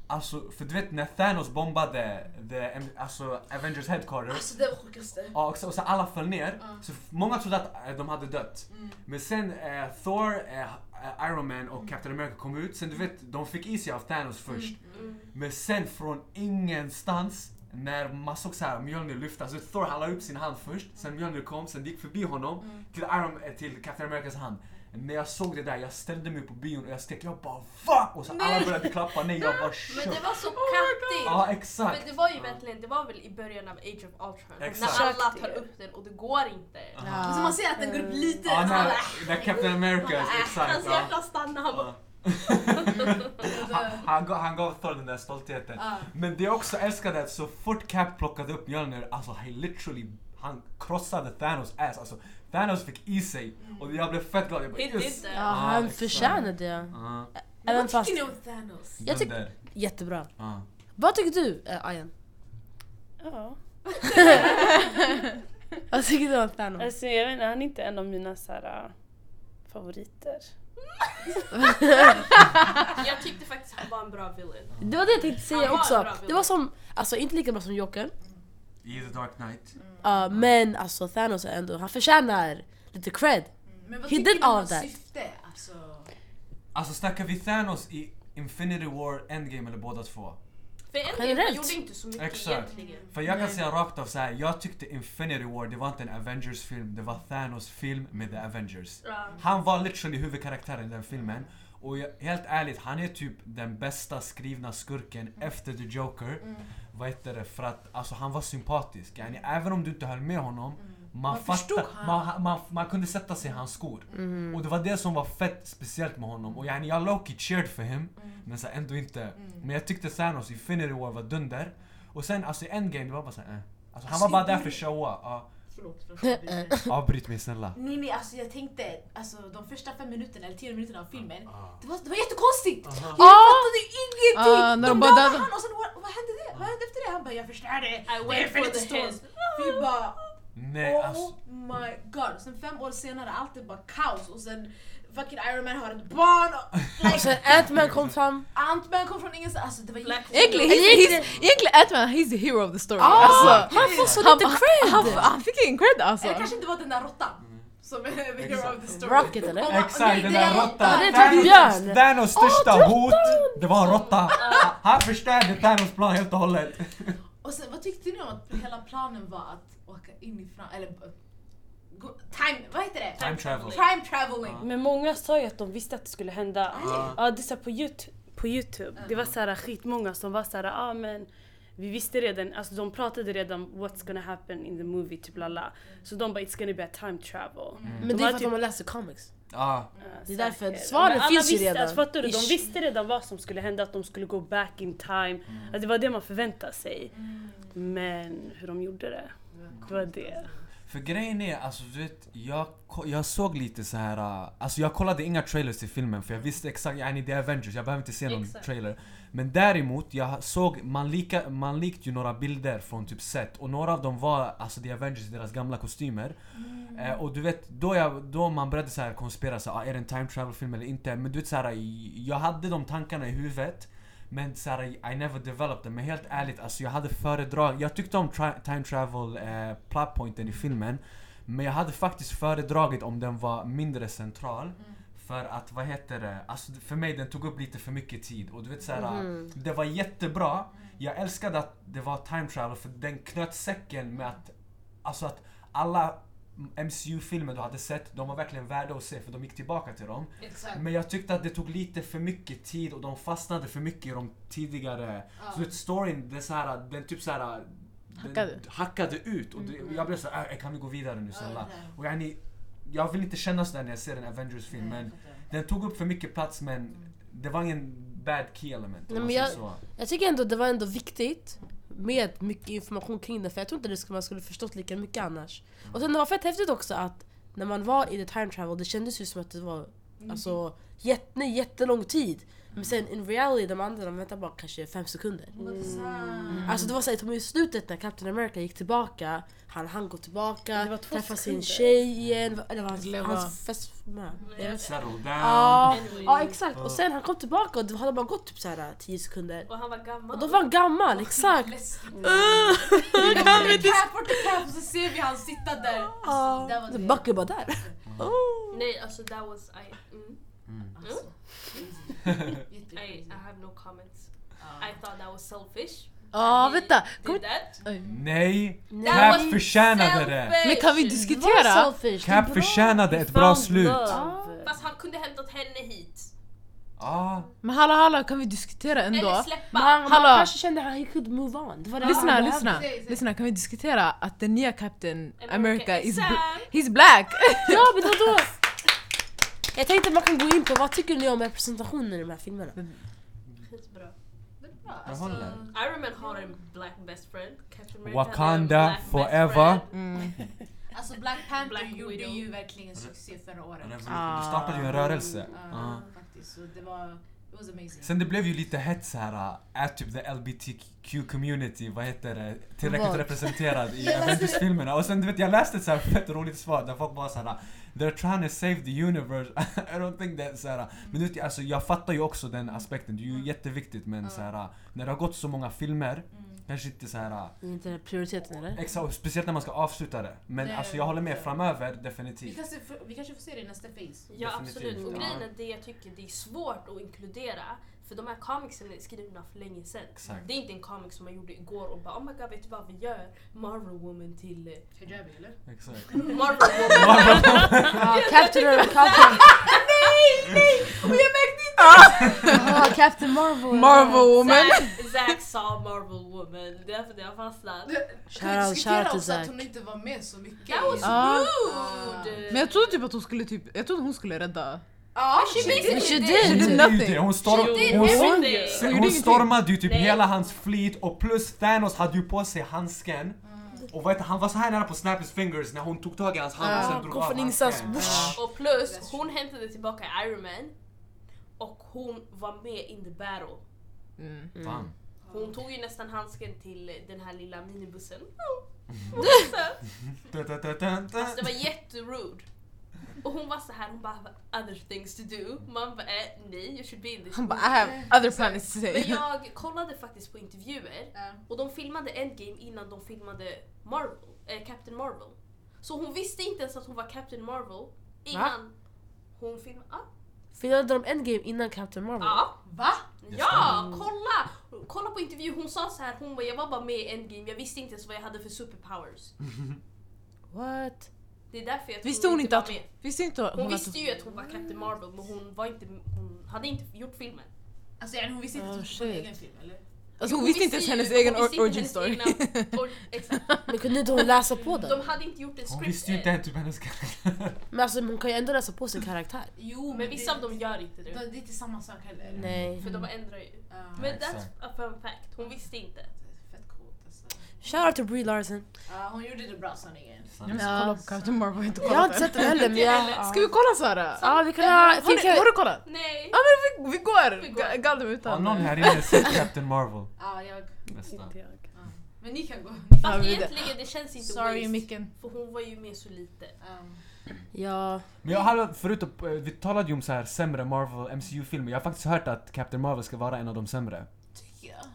[SPEAKER 5] alltså, för du vet när Thanos bombade the, alltså, Avengers headquarters
[SPEAKER 4] alltså det var sjukaste.
[SPEAKER 5] Ja, och så, och så alla föll ner, så f- många trodde att eh, de hade dött.
[SPEAKER 4] Mm.
[SPEAKER 5] Men sen eh, Thor, eh, eh, Iron Man och Captain America kom ut, sen du vet, de fick is av Thanos först.
[SPEAKER 2] Mm. Oh
[SPEAKER 5] Men sen från ingenstans, när man såg såhär Mjölnir lyftas, så Thor han la upp sin hand först, sen Mjölnir kom, sen det gick förbi honom
[SPEAKER 2] Mm.
[SPEAKER 5] till, Iron, eh, till Captain Americas hand. När jag såg det där, jag ställde mig upp på bion och jag skrek, jag bara VA? Och så alla började klappa, nej jag bara
[SPEAKER 2] Men det
[SPEAKER 5] shut.
[SPEAKER 2] var så kattigt!
[SPEAKER 5] Ja
[SPEAKER 2] Men
[SPEAKER 5] exakt!
[SPEAKER 2] det var ju verkligen, det var väl i början av Age of Ultron.
[SPEAKER 5] Exakt.
[SPEAKER 2] När alla tar upp den och det går inte.
[SPEAKER 4] Men Så Alltså, man ser att den går upp lite.
[SPEAKER 5] Ja,
[SPEAKER 4] så
[SPEAKER 5] när,
[SPEAKER 4] alla-
[SPEAKER 5] när Captain America, exakt.
[SPEAKER 2] Hans
[SPEAKER 5] Ja.
[SPEAKER 2] hjärta stannar, han bara
[SPEAKER 5] Ja. Han, han, gav, han gav Thor den där stoltheten.
[SPEAKER 4] Ah.
[SPEAKER 5] Men det jag också älskade är att så fort Cap plockade upp Mjölnir, alltså han literally han krossade Thanos ass. Alltså Thanos fick i sig och jag blev fett glad. Jag bara
[SPEAKER 2] hit
[SPEAKER 5] yes!
[SPEAKER 2] inte.
[SPEAKER 3] Ja,
[SPEAKER 2] Ja.
[SPEAKER 3] han
[SPEAKER 5] exakt.
[SPEAKER 3] förtjänade det.
[SPEAKER 5] Ja,
[SPEAKER 3] Även
[SPEAKER 4] Vad
[SPEAKER 3] fast...
[SPEAKER 4] tycker ni om Thanos?
[SPEAKER 3] Jag
[SPEAKER 5] den
[SPEAKER 3] tyck-
[SPEAKER 5] där.
[SPEAKER 3] Jättebra.
[SPEAKER 5] Ja.
[SPEAKER 3] Vad tycker du, eh, Ayan?
[SPEAKER 6] Ja.
[SPEAKER 3] Vad tycker du om Thanos?
[SPEAKER 6] Alltså jag vet inte, han är inte en av mina så här, äh, favoriter.
[SPEAKER 4] Mm,
[SPEAKER 2] Jag tyckte faktiskt han var en bra villain.
[SPEAKER 3] Det var det jag tänkte säga
[SPEAKER 2] Han var en
[SPEAKER 3] också.
[SPEAKER 2] bra
[SPEAKER 3] Det var som, alltså inte lika bra som Jokern.
[SPEAKER 5] I the dark knight.
[SPEAKER 3] Ja, men alltså Thanos är ändå, han förtjänar lite cred.
[SPEAKER 4] Men vad
[SPEAKER 3] He
[SPEAKER 4] tycker
[SPEAKER 3] did
[SPEAKER 4] ni om
[SPEAKER 3] all
[SPEAKER 4] hans
[SPEAKER 3] that.
[SPEAKER 4] syfte? Alltså,
[SPEAKER 5] Alltså snackar vi Thanos i Infinity War, Endgame eller båda två?
[SPEAKER 2] För en del
[SPEAKER 3] Generellt.
[SPEAKER 2] gjorde inte så mycket
[SPEAKER 5] Exakt.
[SPEAKER 2] egentligen.
[SPEAKER 5] För jag kan säga rakt av så här, jag tyckte Infinity War det var inte en Avengers film, det var Thanos film med The Avengers.
[SPEAKER 2] Ja.
[SPEAKER 5] Han var literally huvudkaraktären i den filmen. Och jag, helt ärligt, han är typ den bästa skrivna skurken
[SPEAKER 4] Mm.
[SPEAKER 5] efter The Joker. Vad heter det? För att alltså, han var sympatisk. Yani, även om du inte höll med honom, man,
[SPEAKER 4] Mm. Man förstod
[SPEAKER 5] fatta-
[SPEAKER 4] han.
[SPEAKER 5] man, man, man kunde sätta sig i hans skor. Och det var det som var fett speciellt med honom. Och yani, jag lowkey cheered för
[SPEAKER 4] Mm.
[SPEAKER 5] him, men så här, ändå inte. Men jag tyckte Thanos i Infinity War var dunder. Och sen alltså i Endgame, det var bara såhär eh. Alltså, han var bara där för att showa. Ja,
[SPEAKER 4] förlåt för att jag bryter.
[SPEAKER 7] Eh.
[SPEAKER 5] Avbryt mig snälla.
[SPEAKER 4] Nej nej alltså jag tänkte, alltså de första fem minuterna eller tio minuterna av
[SPEAKER 5] Ah.
[SPEAKER 4] filmen, det var, det var jättekonstigt! Jag fattade ingenting!
[SPEAKER 7] Ah, när
[SPEAKER 4] de
[SPEAKER 7] de bara
[SPEAKER 4] dödade
[SPEAKER 7] där-
[SPEAKER 4] han och sen vad, vad hände det? Vad hände efter det? Han bara jag förstörde det!
[SPEAKER 2] I went
[SPEAKER 4] för
[SPEAKER 2] for
[SPEAKER 4] lite
[SPEAKER 2] the head.
[SPEAKER 4] stones. Vi bara
[SPEAKER 5] Nej
[SPEAKER 4] oh
[SPEAKER 5] alltså.
[SPEAKER 4] my god! Sen fem år senare allt är bara kaos och sen fucking Iron Man har ett barn och
[SPEAKER 3] Och sen Alltså, Ant-Man kom fram.
[SPEAKER 4] Ant-Man kom från ingenstans, alltså det var
[SPEAKER 2] Black
[SPEAKER 4] jätte-
[SPEAKER 7] Egentligen, he's, he's, egentligen Ant-Man, he's the hero of the story.
[SPEAKER 4] Ah,
[SPEAKER 7] alltså,
[SPEAKER 3] Han får så
[SPEAKER 7] han,
[SPEAKER 3] lite
[SPEAKER 7] han,
[SPEAKER 3] cred!
[SPEAKER 7] han, han fick ingen cred alltså.
[SPEAKER 4] Eller kanske inte var den där råttan som är the hero
[SPEAKER 5] Exakt.
[SPEAKER 4] of the story.
[SPEAKER 3] Rocket eller?
[SPEAKER 4] Om man- nej,
[SPEAKER 5] Exakt, den
[SPEAKER 4] det
[SPEAKER 5] där
[SPEAKER 4] är
[SPEAKER 5] råttan!
[SPEAKER 3] det är typ
[SPEAKER 5] Thanos-
[SPEAKER 3] björn.
[SPEAKER 5] Thanos största hot, det var en råtta! Han- Han förstörde Thanos plan helt och hållet.
[SPEAKER 4] Och sen, vad tyckte ni om att hela planen var att åka in i Fran... Eller... eh, Go, time... Vad heter det?
[SPEAKER 5] Time travel.
[SPEAKER 4] Time traveling!
[SPEAKER 6] Men många sa ju att de visste att det skulle hända.
[SPEAKER 5] Ja.
[SPEAKER 6] Ja, det är så här på, YouTube, på Youtube, det var så här skitmånga som var så här, ah, men vi visste redan, alltså de pratade redan what's gonna happen in the movie, typ lala. Så de bara it's gonna be a time travel.
[SPEAKER 3] Men
[SPEAKER 7] typ-
[SPEAKER 3] det är för att de har läst i comics.
[SPEAKER 5] Ja,
[SPEAKER 3] Det är därför
[SPEAKER 6] Säkert.
[SPEAKER 3] svaren
[SPEAKER 6] Men alla
[SPEAKER 3] finns ju
[SPEAKER 6] visste,
[SPEAKER 3] redan.
[SPEAKER 6] Alltså, fattar du? De
[SPEAKER 3] Ish.
[SPEAKER 6] visste redan vad som skulle hända, att de skulle gå back in time. Alltså, Mm. det var det man förväntade sig. Men hur de gjorde det, det var det.
[SPEAKER 5] För grejen är, alltså du vet, jag, ko- jag såg lite så här. uh, Alltså jag kollade inga trailers till filmen för jag visste exakt, yani det är Avengers, jag behöver inte se någon
[SPEAKER 2] Exakt.
[SPEAKER 5] trailer. Men däremot, jag såg, man, lika, man likt ju några bilder från typ set och några av dem var alltså The Avengers i deras gamla kostymer. Eh, och du vet, då, jag, då man började så här konspirera, så, här, ah, är det en time travel film eller inte? Men du vet så här, äh, jag hade de tankarna i huvudet. Men så här, I never developed them. Men helt ärligt, alltså jag hade föredragit... Jag tyckte om tra- time travel eh, plot pointen i filmen. Men jag hade faktiskt föredragit om den var mindre central. För att, vad heter det? Alltså för mig den tog upp lite för mycket tid. Och du vet såhär, det var jättebra. Jag älskade att det var time travel för den knöt säcken med att... Alltså att alla MCU-filmer du hade sett, de var verkligen värda att se för de gick tillbaka till dem.
[SPEAKER 4] Exakt.
[SPEAKER 5] Men jag tyckte att det tog lite för mycket tid och de fastnade för mycket i de tidigare... Så vet, storyn, det är så här, den typ så här...
[SPEAKER 7] Hackade.
[SPEAKER 5] Den hackade ut och det, jag blev så här, "Äh, kan vi gå vidare nu snälla?
[SPEAKER 4] nej.
[SPEAKER 5] Och yani, jag vill inte känna sådär när jag ser en Avengers-film men den tog upp för mycket plats men det var ingen bad key element. om
[SPEAKER 3] Nej,
[SPEAKER 5] man
[SPEAKER 3] men
[SPEAKER 5] säger så.
[SPEAKER 3] Jag tycker ändå det var ändå viktigt med mycket information kring det för jag tror inte det skulle, man skulle förstått lika mycket annars. Och sen det var fett häftigt också att när man var i the time travel det kändes ju som att det var
[SPEAKER 7] Mm.
[SPEAKER 3] alltså, jätt, nej, jättelång tid. Men sen in reality de andra de väntade bara kanske fem sekunder.
[SPEAKER 4] Mm.
[SPEAKER 7] Mm.
[SPEAKER 3] Alltså det var såhär, i slutet när Captain America gick tillbaka, han han gå
[SPEAKER 6] Det var
[SPEAKER 3] tillbaka,
[SPEAKER 6] två
[SPEAKER 3] träffa sin
[SPEAKER 6] sekunder.
[SPEAKER 3] tjej igen, eller var hans,
[SPEAKER 7] Glömma.
[SPEAKER 3] hans fästmö?
[SPEAKER 5] Settle down.
[SPEAKER 3] Ja,
[SPEAKER 2] Anyway.
[SPEAKER 3] ja exakt, och sen han kom tillbaka och det hade bara gått typ såhär 10 sekunder.
[SPEAKER 2] Och han var gammal.
[SPEAKER 3] Och då var han gammal, exakt!
[SPEAKER 4] Kan vi inte... Bort till cap och så ser vi han sitta där. Alltså, där var det.
[SPEAKER 3] Bucky bara där.
[SPEAKER 2] Nej alltså that was I... Mm.
[SPEAKER 4] Alltså,
[SPEAKER 2] I,
[SPEAKER 4] crazy.
[SPEAKER 2] I
[SPEAKER 4] Jättecrazy.
[SPEAKER 2] have no comments.
[SPEAKER 4] Ja.
[SPEAKER 2] I thought that was selfish.
[SPEAKER 7] Ja, vänta!
[SPEAKER 2] He
[SPEAKER 7] Kom,
[SPEAKER 2] Did that.
[SPEAKER 5] Nej!
[SPEAKER 2] That
[SPEAKER 5] Cap
[SPEAKER 2] was
[SPEAKER 5] förtjänade det!
[SPEAKER 2] selfish.
[SPEAKER 7] men kan vi diskutera?
[SPEAKER 5] Cap förtjänade ett bra slut.
[SPEAKER 2] Fast han kunde hämtat henne hit.
[SPEAKER 5] Ah,
[SPEAKER 7] Men hallå hallå, kan vi diskutera
[SPEAKER 2] Eller
[SPEAKER 7] ändå?
[SPEAKER 2] släppa.
[SPEAKER 3] Men han, han
[SPEAKER 7] Hallå.
[SPEAKER 3] kanske kände att han could move on. Det var det
[SPEAKER 7] Lyssna,
[SPEAKER 3] han
[SPEAKER 7] lyssna,
[SPEAKER 4] Säg, säg.
[SPEAKER 7] lyssna, kan vi diskutera att den nya Captain
[SPEAKER 2] America
[SPEAKER 7] America
[SPEAKER 2] is
[SPEAKER 7] is bl-
[SPEAKER 2] Sam.
[SPEAKER 7] he's black!
[SPEAKER 3] Ja men då, Jag tänkte att man kan gå in på vad tycker ni om representationen i de här filmerna?
[SPEAKER 2] Skitbra.
[SPEAKER 5] jag
[SPEAKER 4] alltså-
[SPEAKER 5] håller.
[SPEAKER 2] Iron Man har en black best friend. Captain America hade en
[SPEAKER 5] Wakanda
[SPEAKER 2] black best
[SPEAKER 5] forever.
[SPEAKER 2] friend.
[SPEAKER 4] Alltså Black Panther
[SPEAKER 2] Black
[SPEAKER 4] gjorde
[SPEAKER 2] Widow.
[SPEAKER 4] ju verkligen succé förra året.
[SPEAKER 5] Du startade ju en rörelse. Ah.
[SPEAKER 4] Ja, faktiskt. Så det var... It was amazing.
[SPEAKER 5] Sen det blev ju lite hets här, äh, är typ the LBTQ community, vad heter det, tillräckligt
[SPEAKER 3] Vad?
[SPEAKER 5] representerad i Avengers-filmerna? Och sen du vet, jag läste ett så här fett roligt svar där folk bara såhär They're trying to save the universe, I don't think that så här. Men du vet, alltså, jag fattar ju också den aspekten, det är ju jätteviktigt men så här, när det har gått så många filmer, kanske inte så här
[SPEAKER 3] Är inte det prioriteten eller?
[SPEAKER 5] exa- och speciellt när man ska avsluta det. Men
[SPEAKER 4] Nej,
[SPEAKER 5] alltså jag håller med,
[SPEAKER 4] exakt.
[SPEAKER 5] framöver
[SPEAKER 4] Vi
[SPEAKER 5] definitivt.
[SPEAKER 4] kanske, får- vi kanske får se det i nästa phase.
[SPEAKER 2] Ja
[SPEAKER 5] Definitivt.
[SPEAKER 2] absolut. Och
[SPEAKER 5] Ja.
[SPEAKER 2] grejen är det jag tycker det är svårt att inkludera. För de här comicsen är skrivna för länge sedan.
[SPEAKER 5] Exakt.
[SPEAKER 2] Det är inte en comic som man gjorde igår och bara oh my god vet du vad vi gör Marvel Woman till eh,
[SPEAKER 4] Hijabi eller?
[SPEAKER 5] Exakt.
[SPEAKER 2] Marvel Woman.
[SPEAKER 3] Ja, Captain, Captain, ah, Captain Marvel.
[SPEAKER 7] Marvel woman!
[SPEAKER 2] Zack- Zack sa Marvel Woman. Det är därför det har fastnat.
[SPEAKER 4] Kan
[SPEAKER 3] Shoutout,
[SPEAKER 4] vi diskutera
[SPEAKER 3] shoutout
[SPEAKER 4] också
[SPEAKER 3] till
[SPEAKER 4] att
[SPEAKER 3] Zack.
[SPEAKER 4] hon inte var med så mycket?
[SPEAKER 2] That was
[SPEAKER 7] Ah.
[SPEAKER 2] rude!
[SPEAKER 7] Men jag trodde typ att hon skulle typ, jag trodde hon skulle rädda...
[SPEAKER 4] Ja,
[SPEAKER 2] She basically
[SPEAKER 3] She
[SPEAKER 2] did
[SPEAKER 7] She
[SPEAKER 3] did!
[SPEAKER 7] did
[SPEAKER 5] Det är ju
[SPEAKER 7] nothing!
[SPEAKER 5] det, Hon, storm,
[SPEAKER 2] did
[SPEAKER 5] hon,
[SPEAKER 2] everything!
[SPEAKER 5] Se,
[SPEAKER 7] Hon gjorde
[SPEAKER 5] Hon
[SPEAKER 7] ingenting.
[SPEAKER 5] stormade ju typ
[SPEAKER 2] Nej.
[SPEAKER 5] hela hans fleet och plus Thanos hade ju på sig handsken.
[SPEAKER 2] Mm.
[SPEAKER 5] Och vet, du, han var så här nära på Snappers fingers när hon tog tag i hans hand och
[SPEAKER 3] Ja,
[SPEAKER 5] sen drog
[SPEAKER 3] kom
[SPEAKER 5] av
[SPEAKER 3] från
[SPEAKER 5] handsken.
[SPEAKER 3] ingenstans, whoosh.
[SPEAKER 2] Och plus, hon hämtade tillbaka Iron Man och hon var med in the battle.
[SPEAKER 7] Mm.
[SPEAKER 5] Fan.
[SPEAKER 2] Hon tog ju nästan handsken till den här lilla minibussen.
[SPEAKER 5] Dun, dun, dun, dun, dun.
[SPEAKER 2] Alltså det var jätterude. Och hon var så här, hon bara "I have other things to do. Man bara eh, nej, you should be in this
[SPEAKER 7] Hon bara I
[SPEAKER 2] movie."
[SPEAKER 7] have other planets to
[SPEAKER 2] Men
[SPEAKER 7] say.
[SPEAKER 2] jag kollade faktiskt på intervjuer och de filmade Endgame innan de filmade Marvel, eh, Captain Marvel. Så hon visste inte ens att hon var Captain Marvel innan hon filmade. Ja,
[SPEAKER 3] Filmade de Endgame innan Captain Marvel?
[SPEAKER 2] ja,
[SPEAKER 4] Va?
[SPEAKER 2] ja kolla! Kolla på intervju, hon sa så här, hon bara jag var bara med i Endgame, jag visste inte ens vad jag hade för superpowers.
[SPEAKER 3] What?
[SPEAKER 2] Det är därför jag tror
[SPEAKER 7] Visste hon inte att...
[SPEAKER 2] var med.
[SPEAKER 7] Visste inte
[SPEAKER 2] Hon
[SPEAKER 7] hon
[SPEAKER 2] visste
[SPEAKER 7] att...
[SPEAKER 2] ju att hon var Captain Marvel men hon, var inte, hon hade inte gjort filmen.
[SPEAKER 4] Alltså yani, hon visste inte
[SPEAKER 7] Oh,
[SPEAKER 4] att hon skulle få en
[SPEAKER 7] shit.
[SPEAKER 4] egen film eller?
[SPEAKER 7] Alltså hon visste inte ens hennes egen or- origin story.
[SPEAKER 2] Exakt.
[SPEAKER 3] Men kunde inte hon läsa på
[SPEAKER 2] De
[SPEAKER 3] den?
[SPEAKER 2] hade inte gjort en script.
[SPEAKER 5] Hon visste ju inte ens typ hennes karaktär.
[SPEAKER 3] Men alltså hon kan ju ändå läsa på sin karaktär.
[SPEAKER 4] Jo
[SPEAKER 2] Men vissa av dem gör inte
[SPEAKER 4] Det
[SPEAKER 2] det.
[SPEAKER 4] är inte samma sak heller.
[SPEAKER 3] Nej.
[SPEAKER 2] För de ändrar ju.
[SPEAKER 4] Ja,
[SPEAKER 2] Men that's
[SPEAKER 5] Exakt.
[SPEAKER 2] a fun fact. Hon visste inte.
[SPEAKER 4] det är fett coolt alltså.
[SPEAKER 3] Shoutout till Brie Larson.
[SPEAKER 4] Ja, hon gjorde det bra sanningen.
[SPEAKER 7] Jag måste kolla på Captain Marvel. inte
[SPEAKER 3] Jag
[SPEAKER 7] kolla
[SPEAKER 3] har
[SPEAKER 7] på
[SPEAKER 3] inte
[SPEAKER 7] den.
[SPEAKER 3] sett den heller men jag...
[SPEAKER 7] Ska vi kolla Sara?
[SPEAKER 3] Ja vi kan ha...
[SPEAKER 7] Har, ni, har du kollat?
[SPEAKER 2] Nej!
[SPEAKER 7] Ja men vi, vi går!
[SPEAKER 2] Vi går.
[SPEAKER 7] Ga- Galdem
[SPEAKER 5] Har
[SPEAKER 7] utan...
[SPEAKER 5] någon här inne sett Captain Marvel?
[SPEAKER 4] Ja, jag...
[SPEAKER 5] Nästan.
[SPEAKER 6] Inte jag.
[SPEAKER 4] Men ni kan gå.
[SPEAKER 7] Ja,
[SPEAKER 2] Fast
[SPEAKER 7] vi-
[SPEAKER 2] egentligen det känns inte
[SPEAKER 4] Sorry
[SPEAKER 2] waste.
[SPEAKER 4] micken.
[SPEAKER 2] För hon var ju med så lite.
[SPEAKER 4] Um,
[SPEAKER 3] Ja.
[SPEAKER 5] Men jag har förutom, eh, vi talade ju om så här sämre Marvel MCU-filmer. Jag har faktiskt hört att Captain Marvel ska vara en av de sämre.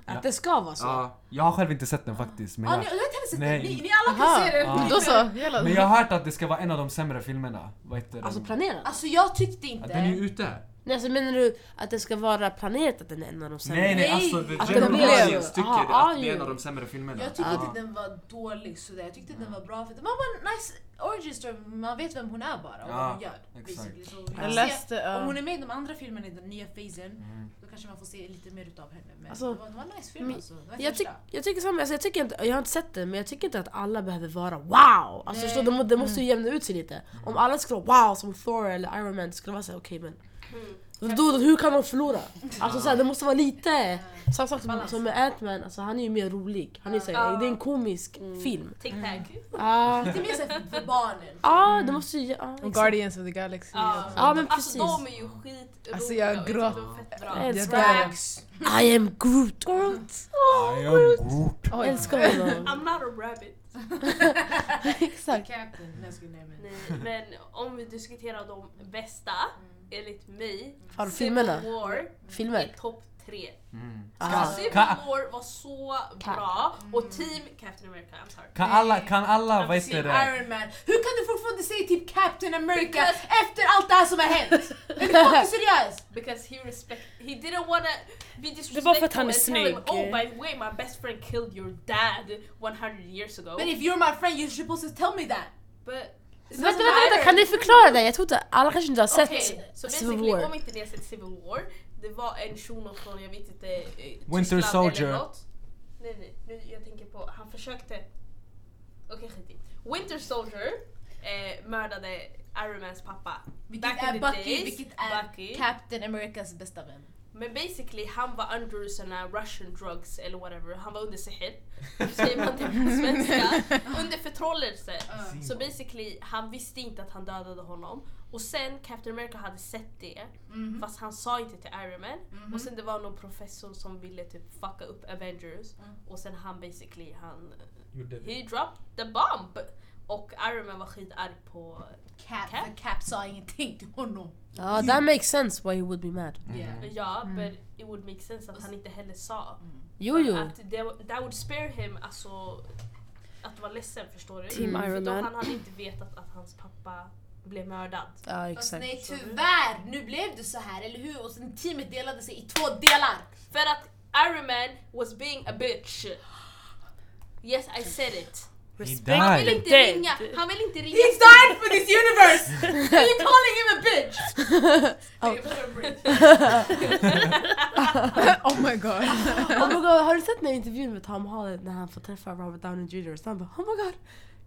[SPEAKER 4] Att det ska vara så? Ja,
[SPEAKER 5] Jag har själv inte sett den faktiskt. Men
[SPEAKER 4] ah, ni,
[SPEAKER 5] jag,
[SPEAKER 4] jag har inte heller sett
[SPEAKER 5] Nej.
[SPEAKER 4] den. Ni, ni alla kan se den.
[SPEAKER 5] Ja.
[SPEAKER 7] Då så, Alltså, hela
[SPEAKER 5] men jag har hört att det ska vara en av de sämre filmerna. Vad heter den?
[SPEAKER 3] Alltså planerat?
[SPEAKER 4] Alltså jag tyckte
[SPEAKER 5] Ja,
[SPEAKER 4] inte...
[SPEAKER 5] den är ju ute.
[SPEAKER 3] Nej alltså menar du att det ska vara planerat att den är en av de sämre?
[SPEAKER 5] Nej, nej,
[SPEAKER 4] Nej,
[SPEAKER 5] alltså the
[SPEAKER 3] att
[SPEAKER 5] general
[SPEAKER 3] den blev-
[SPEAKER 5] audience tycker
[SPEAKER 3] Aha,
[SPEAKER 5] att det är en
[SPEAKER 3] ju.
[SPEAKER 5] av de sämre filmerna.
[SPEAKER 4] Jag tyckte
[SPEAKER 3] Ja.
[SPEAKER 4] inte den var dålig sådär, jag tyckte den var bra för det var bara en nice origin story, man vet vem hon är bara och
[SPEAKER 5] Ja,
[SPEAKER 4] vad hon gör.
[SPEAKER 5] exakt.
[SPEAKER 4] basically. Så vi
[SPEAKER 7] Jag
[SPEAKER 4] får se.
[SPEAKER 7] läste... ja.
[SPEAKER 4] Om hon är med i de andra filmerna i den nya fasen, då kanske man får se lite mer utav henne. Men
[SPEAKER 3] Alltså,
[SPEAKER 4] det, var, det var en nice film
[SPEAKER 3] men
[SPEAKER 4] alltså. Det var
[SPEAKER 3] Jag, tyck,
[SPEAKER 4] första.
[SPEAKER 3] jag tycker samma, alltså jag, tycker inte, jag har inte sett den men jag tycker inte att alla behöver vara wow! Alltså förstår du, det må- det måste ju jämna ut sig lite. Om alla skulle vara wow som Thor eller Iron Man, det skulle vara såhär okej men... Då, då, hur kan de förlora? Alltså såhär, det måste vara lite... Samma sak som, som med Ant-Man, alltså, han är ju mer rolig. Han är ju såhär, det är en komisk film.
[SPEAKER 2] Tic
[SPEAKER 5] Mm.
[SPEAKER 2] tac.
[SPEAKER 3] Ja,
[SPEAKER 4] Lite mer såhär för- för barnen.
[SPEAKER 3] ah, det måste ju... Ah,
[SPEAKER 7] Och Guardians of the Galaxy.
[SPEAKER 2] Ja.
[SPEAKER 3] Ja, men
[SPEAKER 2] alltså de
[SPEAKER 3] precis.
[SPEAKER 2] är ju skitroliga
[SPEAKER 7] Alltså, jag
[SPEAKER 2] och tycker
[SPEAKER 7] gråt.
[SPEAKER 2] de är fett bra.
[SPEAKER 3] Jag älskar honom.
[SPEAKER 4] Drax.
[SPEAKER 3] I am Groot!
[SPEAKER 5] I am Groot.
[SPEAKER 3] Jag älskar honom.
[SPEAKER 2] I'm not a rabbit.
[SPEAKER 3] Exakt.
[SPEAKER 4] Captain. Nej, jag skulle- nej, men-
[SPEAKER 2] Nej, men om vi diskuterar de bästa, enligt mig,
[SPEAKER 3] Fan, filmerna.
[SPEAKER 2] Civil War
[SPEAKER 3] Filmer.
[SPEAKER 2] är topp tre. Alltså,
[SPEAKER 3] Ah.
[SPEAKER 2] Civil
[SPEAKER 5] Ka-
[SPEAKER 2] War var så bra och team Captain America, I'm sorry.
[SPEAKER 5] Kan alla, kan alla, vad
[SPEAKER 4] Team
[SPEAKER 5] heter det?
[SPEAKER 4] Iron Man. Hur kan du fortfarande säga typ Captain America efter allt det här som har hänt? Är du fucking seriös?
[SPEAKER 2] Because he respect, he didn't wanna be disrespectful
[SPEAKER 6] Det var för att han är
[SPEAKER 2] and tell him,
[SPEAKER 6] snygg.
[SPEAKER 2] Oh by the way my best friend killed your dad 100 years ago.
[SPEAKER 4] But if you're my friend you're supposed to tell me that.
[SPEAKER 2] But
[SPEAKER 3] Vänta, vänta, vänta, kan ni förklara det? Jag tror inte, alla kanske inte har sett
[SPEAKER 2] Okej, så
[SPEAKER 3] Civil
[SPEAKER 2] basically om
[SPEAKER 3] War.
[SPEAKER 2] inte ni har sett Civil War, det var en shuno från, jag vet inte, eh,
[SPEAKER 5] Winter
[SPEAKER 2] Tyskland
[SPEAKER 5] Soldier.
[SPEAKER 2] eller något. Nej nej, nu, jag tänker på, han försökte... Okej skit i. Winter Soldier eh, mördade Iron Mans pappa.
[SPEAKER 4] Vilket
[SPEAKER 2] Back in
[SPEAKER 4] är
[SPEAKER 2] the
[SPEAKER 4] Bucky,
[SPEAKER 2] days,
[SPEAKER 4] vilket är
[SPEAKER 2] Bucky.
[SPEAKER 4] Captain Americas bästa vän.
[SPEAKER 2] Men basically han var under såna russian drugs eller whatever, han var under sihir. Hur säger man det på svenska? Under förtrollelse. Så basically han visste inte att han dödade honom. Och sen Captain America hade sett det
[SPEAKER 4] Mm-hmm. Mm.
[SPEAKER 2] fast han sa inte till Iron Man. Och sen det var någon professor som ville typ fucka upp Avengers. Och sen han basically han... He dropped the bomb! Och Iron Man var skitarg på...
[SPEAKER 4] Cap,
[SPEAKER 2] Cap?
[SPEAKER 4] Cap? Cap sa ingenting till honom.
[SPEAKER 3] Ja, Ah, that makes sense why he would be mad.
[SPEAKER 4] Yeah.
[SPEAKER 2] Ja, but it would make sense att han inte heller sa.
[SPEAKER 3] Jo, jo.
[SPEAKER 2] Att det, that would spare him alltså, att vara ledsen förstår du?
[SPEAKER 6] Team
[SPEAKER 2] För
[SPEAKER 6] Iron
[SPEAKER 2] då
[SPEAKER 6] Man.
[SPEAKER 2] han hade inte vetat att hans pappa blev mördad.
[SPEAKER 3] Ja,
[SPEAKER 4] Fast
[SPEAKER 3] exakt.
[SPEAKER 4] nej tyvärr, nu blev det så här eller hur? Och sen teamet delade sig i två delar.
[SPEAKER 2] För att Iron Man was being a bitch. Yes I said it.
[SPEAKER 5] He
[SPEAKER 2] Han vill
[SPEAKER 5] died.
[SPEAKER 2] inte
[SPEAKER 6] Dead.
[SPEAKER 2] ringa, han vill inte ringa.
[SPEAKER 4] He's died for this universe! You're calling him a bitch!
[SPEAKER 7] Oh my god.
[SPEAKER 3] Oh my god, har du sett den här intervjun med Tom Holland när han får träffa Robert Downey Jr? Så han bara oh my god,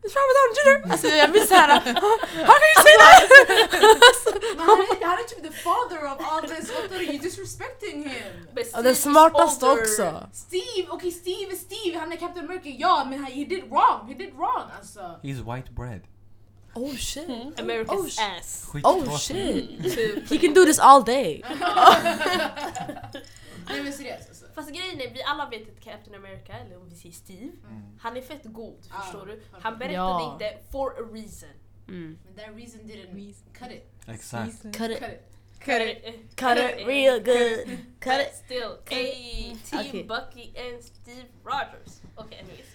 [SPEAKER 3] it's Robert Downey Jr! Alltså jag blir såhär, how can you say that?
[SPEAKER 4] Men han är, han är typ the father of all this, what are you disrespecting him?
[SPEAKER 2] But Steve
[SPEAKER 3] Och den
[SPEAKER 2] is
[SPEAKER 3] smartaste
[SPEAKER 2] older.
[SPEAKER 3] också.
[SPEAKER 4] Steve, okej Steve är Steve, han är Captain America, ja men han, he did wrong, he did wrong alltså.
[SPEAKER 5] He's white bread.
[SPEAKER 3] Oh shit.
[SPEAKER 2] America's
[SPEAKER 3] Oh, sh-
[SPEAKER 2] ass.
[SPEAKER 3] Oh
[SPEAKER 5] Skittråkigt.
[SPEAKER 3] shit.
[SPEAKER 2] Typ.
[SPEAKER 3] He can do this all day.
[SPEAKER 4] Nej men seriöst alltså.
[SPEAKER 2] Fast grejen är, vi alla vet att Captain America, eller om vi säger Steve,
[SPEAKER 5] Mm.
[SPEAKER 2] han är fett god
[SPEAKER 4] Ah.
[SPEAKER 2] förstår du. Han berättade
[SPEAKER 3] Ja.
[SPEAKER 2] inte for a reason.
[SPEAKER 3] Mm.
[SPEAKER 4] Men that reason didn't cut it.
[SPEAKER 5] Exakt.
[SPEAKER 3] Cut it,
[SPEAKER 4] Cut it.
[SPEAKER 3] cut it real good. Cut it.
[SPEAKER 2] Eh, Still, ey, Team
[SPEAKER 3] Okej.
[SPEAKER 2] Bucky and Steve Rogers. Okej, anyways.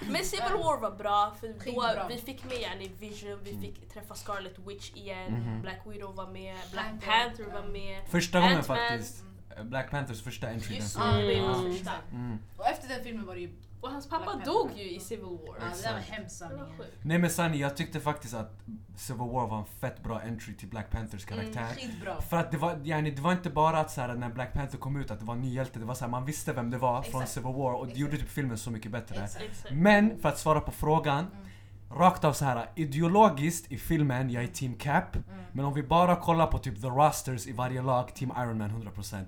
[SPEAKER 2] Men
[SPEAKER 4] Ah.
[SPEAKER 2] Civil War var bra för då
[SPEAKER 4] Skitbra.
[SPEAKER 2] vi fick med yani Vision, vi
[SPEAKER 3] Mm.
[SPEAKER 2] fick träffa Scarlet Witch igen,
[SPEAKER 3] Mhm.
[SPEAKER 2] Black Widow var med, Black
[SPEAKER 4] Panther.
[SPEAKER 2] Panther var med.
[SPEAKER 5] Första gången
[SPEAKER 2] Ant-Man.
[SPEAKER 5] faktiskt. Black Panthers första entry. den
[SPEAKER 2] Just
[SPEAKER 5] filmen.
[SPEAKER 2] det, det var
[SPEAKER 5] Ja. Mm.
[SPEAKER 2] hans första.
[SPEAKER 4] Och efter den filmen var det ju,
[SPEAKER 2] Och hans pappa
[SPEAKER 4] Black
[SPEAKER 2] dog
[SPEAKER 4] Panther.
[SPEAKER 2] ju i Civil War.
[SPEAKER 4] ja det där var hemskt
[SPEAKER 2] Det var
[SPEAKER 4] sanningen.
[SPEAKER 2] sjukt.
[SPEAKER 5] Nej men Sunny, jag tyckte faktiskt att Civil War var en fett bra entry till Black Panthers karaktär.
[SPEAKER 2] Mm.
[SPEAKER 4] Skitbra.
[SPEAKER 5] För att det var, yani, det var inte bara att så här, när Black Panther kom ut att det var en ny hjälte, det var så här, man visste vem det var från
[SPEAKER 4] Exakt.
[SPEAKER 5] Civil War och det
[SPEAKER 4] Exakt.
[SPEAKER 5] gjorde typ filmen så mycket bättre.
[SPEAKER 4] Exakt. Mm.
[SPEAKER 2] Exakt.
[SPEAKER 5] Men för att svara på frågan, rakt av så här ideologiskt i filmen, jag är team Cap.
[SPEAKER 4] Mm.
[SPEAKER 5] Men om vi bara kollar på typ the rosters i varje lag, team Iron Man 100%.